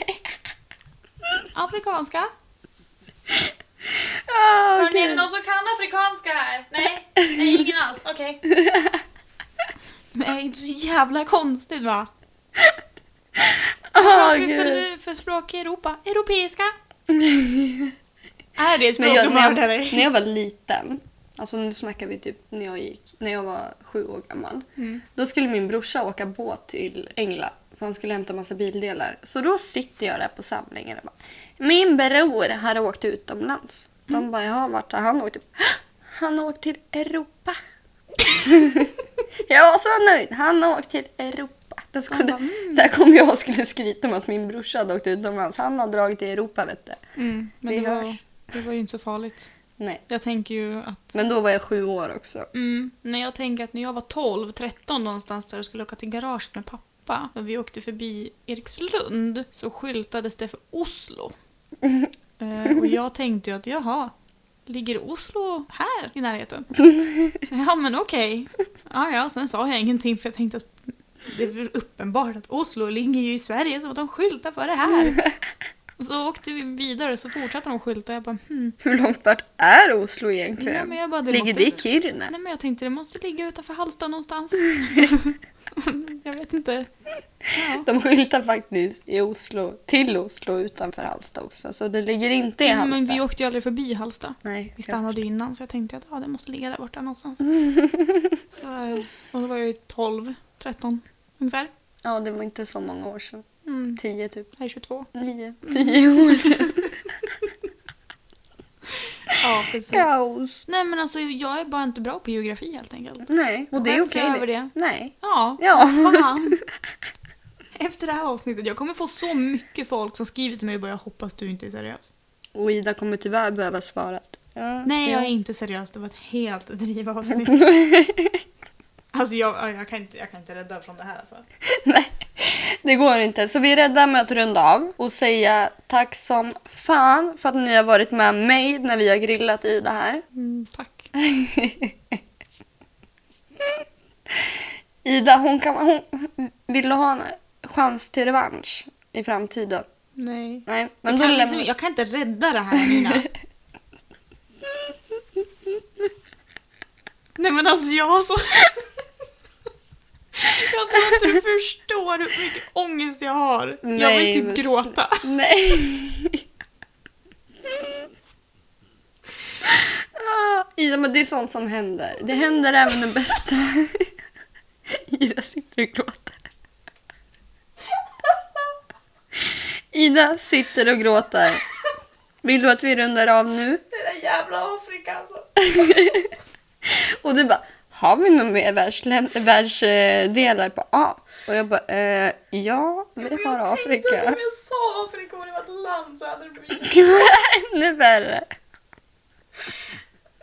Speaker 2: Afrikanska?
Speaker 1: Ah,
Speaker 2: Hörni, är det
Speaker 1: gud.
Speaker 2: någon som kan afrikanska här? Nej, nej ingen alls. Okej. Nej, inte så jävla konstigt va? Vad
Speaker 1: Ah,
Speaker 2: pratar vi
Speaker 1: gud.
Speaker 2: för, för språk i Europa? Europeiska? är det
Speaker 1: Men
Speaker 2: språk
Speaker 1: jag,
Speaker 2: de
Speaker 1: när, jag,
Speaker 2: mördar
Speaker 1: när
Speaker 2: dig?
Speaker 1: jag var liten, alltså nu snackar vi typ när jag gick, när jag var sju år gammal.
Speaker 2: Mm.
Speaker 1: Då skulle min brorsa åka båt till England för han skulle hämta massa bildelar. Så då sitter jag där på samlingen och bara Min bror har åkt utomlands. De
Speaker 2: Mm.
Speaker 1: bara jaha vart har han åkt? Han har åkt till Europa. jag var så nöjd. Han har åkt till Europa. Där, skulle,
Speaker 2: bara, "Mm."
Speaker 1: där kom jag och skulle skryta om att min brorsa hade åkt utomlands. Han har dragit till Europa vet du.
Speaker 2: Mm, men
Speaker 1: Vi
Speaker 2: det var,
Speaker 1: hörs.
Speaker 2: det var ju inte så farligt.
Speaker 1: Nej.
Speaker 2: Jag tänker ju att...
Speaker 1: Men då var jag sju år också.
Speaker 2: Mm, när jag tänker att när jag var 12, 13 någonstans där och skulle åka till garaget med pappa och vi åkte förbi Erikslund så skyltades det för Oslo. Eh, och jag tänkte ju att jaha, ligger Oslo här i närheten? ja men okej. Ja, ja, sen sa jag ingenting för jag tänkte att det är väl uppenbart att Oslo ligger ju i Sverige så att de skyltar för det här. Så åkte vi vidare så fortsatte de skylta. Jag bara, hmm.
Speaker 1: Hur långt bort är Oslo egentligen?
Speaker 2: Ja, men jag bara, det
Speaker 1: Ligger
Speaker 2: måste-
Speaker 1: det i Kiruna?
Speaker 2: Nej men jag tänkte det måste ligga utanför Hallsta någonstans. jag vet inte. Ja.
Speaker 1: De skyltar faktiskt i Oslo, till Oslo utanför Halsta också. Så det ligger inte i
Speaker 2: Mm,
Speaker 1: Halsta.
Speaker 2: Men vi åkte ju aldrig förbi Hallsta.
Speaker 1: Nej,
Speaker 2: Vi
Speaker 1: jag-
Speaker 2: stannade ju innan så jag tänkte att ah, det måste ligga där borta någonstans. Så, eh, och då var jag ju 12, 13 ungefär.
Speaker 1: Ja, det var inte så många år sedan.
Speaker 2: Mm,
Speaker 1: Tio typ.
Speaker 2: jag är 22.
Speaker 1: Nio. Tio år sedan.
Speaker 2: Ja, precis.
Speaker 1: Kaos.
Speaker 2: Nej men alltså jag är bara inte bra på geografi helt enkelt.
Speaker 1: Nej, och det är
Speaker 2: Skäms
Speaker 1: okej
Speaker 2: jag över det?
Speaker 1: Nej.
Speaker 2: Ja,
Speaker 1: Ja.
Speaker 2: fan. Efter det här avsnittet, jag kommer få så mycket folk som skriver till mig och bara jag hoppas du inte är seriös.
Speaker 1: Och Ida kommer tyvärr behöva svara. att, Ja,
Speaker 2: Nej,
Speaker 1: ja.
Speaker 2: jag är inte seriös. Det var ett helt drivavsnitt. Alltså jag, jag, kan inte, jag kan inte rädda från det här alltså.
Speaker 1: Det går inte. Så vi är rädda med att runda av och säga tack som fan för att ni har varit med mig när vi har grillat i det här.
Speaker 2: Mm, tack.
Speaker 1: Ida, hon, kan, hon vill ha en chans till revansch i framtiden.
Speaker 2: Nej.
Speaker 1: Nej, men då
Speaker 2: Jag kan, liksom,
Speaker 1: lämnar
Speaker 2: jag kan inte rädda det här Nina. Nej men alltså jag har så... Jag tror inte du förstår hur mycket ångest jag har. jag vill
Speaker 1: Nej,
Speaker 2: typ
Speaker 1: men sn-
Speaker 2: gråta.
Speaker 1: Nej. Ah, Ida, men det är sånt som händer. Det händer även den bästa. Ida sitter och gråter. Ida sitter och gråter. Vill du att vi rundar av nu?
Speaker 2: Det där jävla Afrika alltså.
Speaker 1: Och du bara, har vi några mer världslän- världsdelar på A? Och jag bara, eh, ja, vi har Afrika.
Speaker 2: jag sa Afrika och det var ett land så hade det blivit...
Speaker 1: Ännu värre.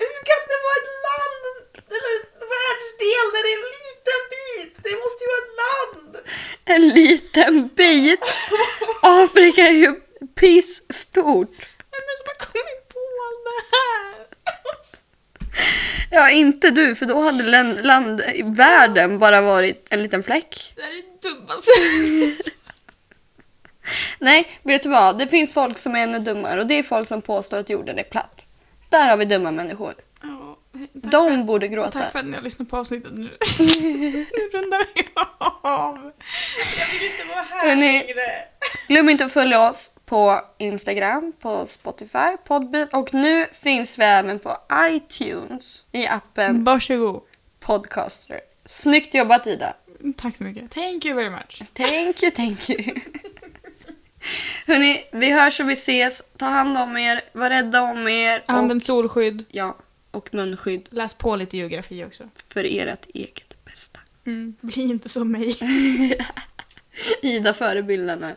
Speaker 2: Hur kan det vara ett land eller en världsdel där det är en liten bit? Det måste ju vara ett land!
Speaker 1: En liten bit. Afrika är ju pissstort.
Speaker 2: Vem är det som har kommit på allt det här?
Speaker 1: Ja, inte du, för då hade land, land i världen bara varit en liten fläck.
Speaker 2: Det här är det dummaste.
Speaker 1: Nej, vet du vad? Det finns folk som är ännu dummare och det är folk som påstår att jorden är platt. Där har vi dumma människor.
Speaker 2: Ja, tack,
Speaker 1: De borde
Speaker 2: för,
Speaker 1: gråta.
Speaker 2: tack för att ni har lyssnat på avsnittet nu. Nu rundar vi av. Jag vill inte vara här
Speaker 1: Hörni.
Speaker 2: längre.
Speaker 1: Glöm inte att följa oss på Instagram, på Spotify, Podbean och nu finns vi även på iTunes i
Speaker 2: Mm.
Speaker 1: appen
Speaker 2: Varsågod.
Speaker 1: Podcaster. Snyggt jobbat Ida!
Speaker 2: Tack så mycket. Thank you very much.
Speaker 1: Thank you, thank you. Hörni, vi hörs och vi ses. Ta hand om er, var rädda om er. Och,
Speaker 2: Använd solskydd.
Speaker 1: ja, och munskydd
Speaker 2: Läs på lite geografi också.
Speaker 1: för ert eget bästa.
Speaker 2: Bli inte som mig.
Speaker 1: Ida förebilden här.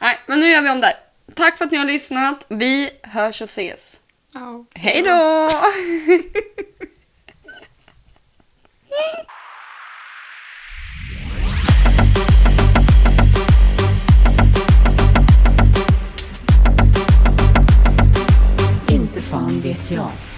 Speaker 1: Nej, men nu gör vi om där. Tack för att ni har lyssnat. Vi hörs och ses.
Speaker 2: Ja.
Speaker 1: Hej då!
Speaker 3: Inte fan vet jag.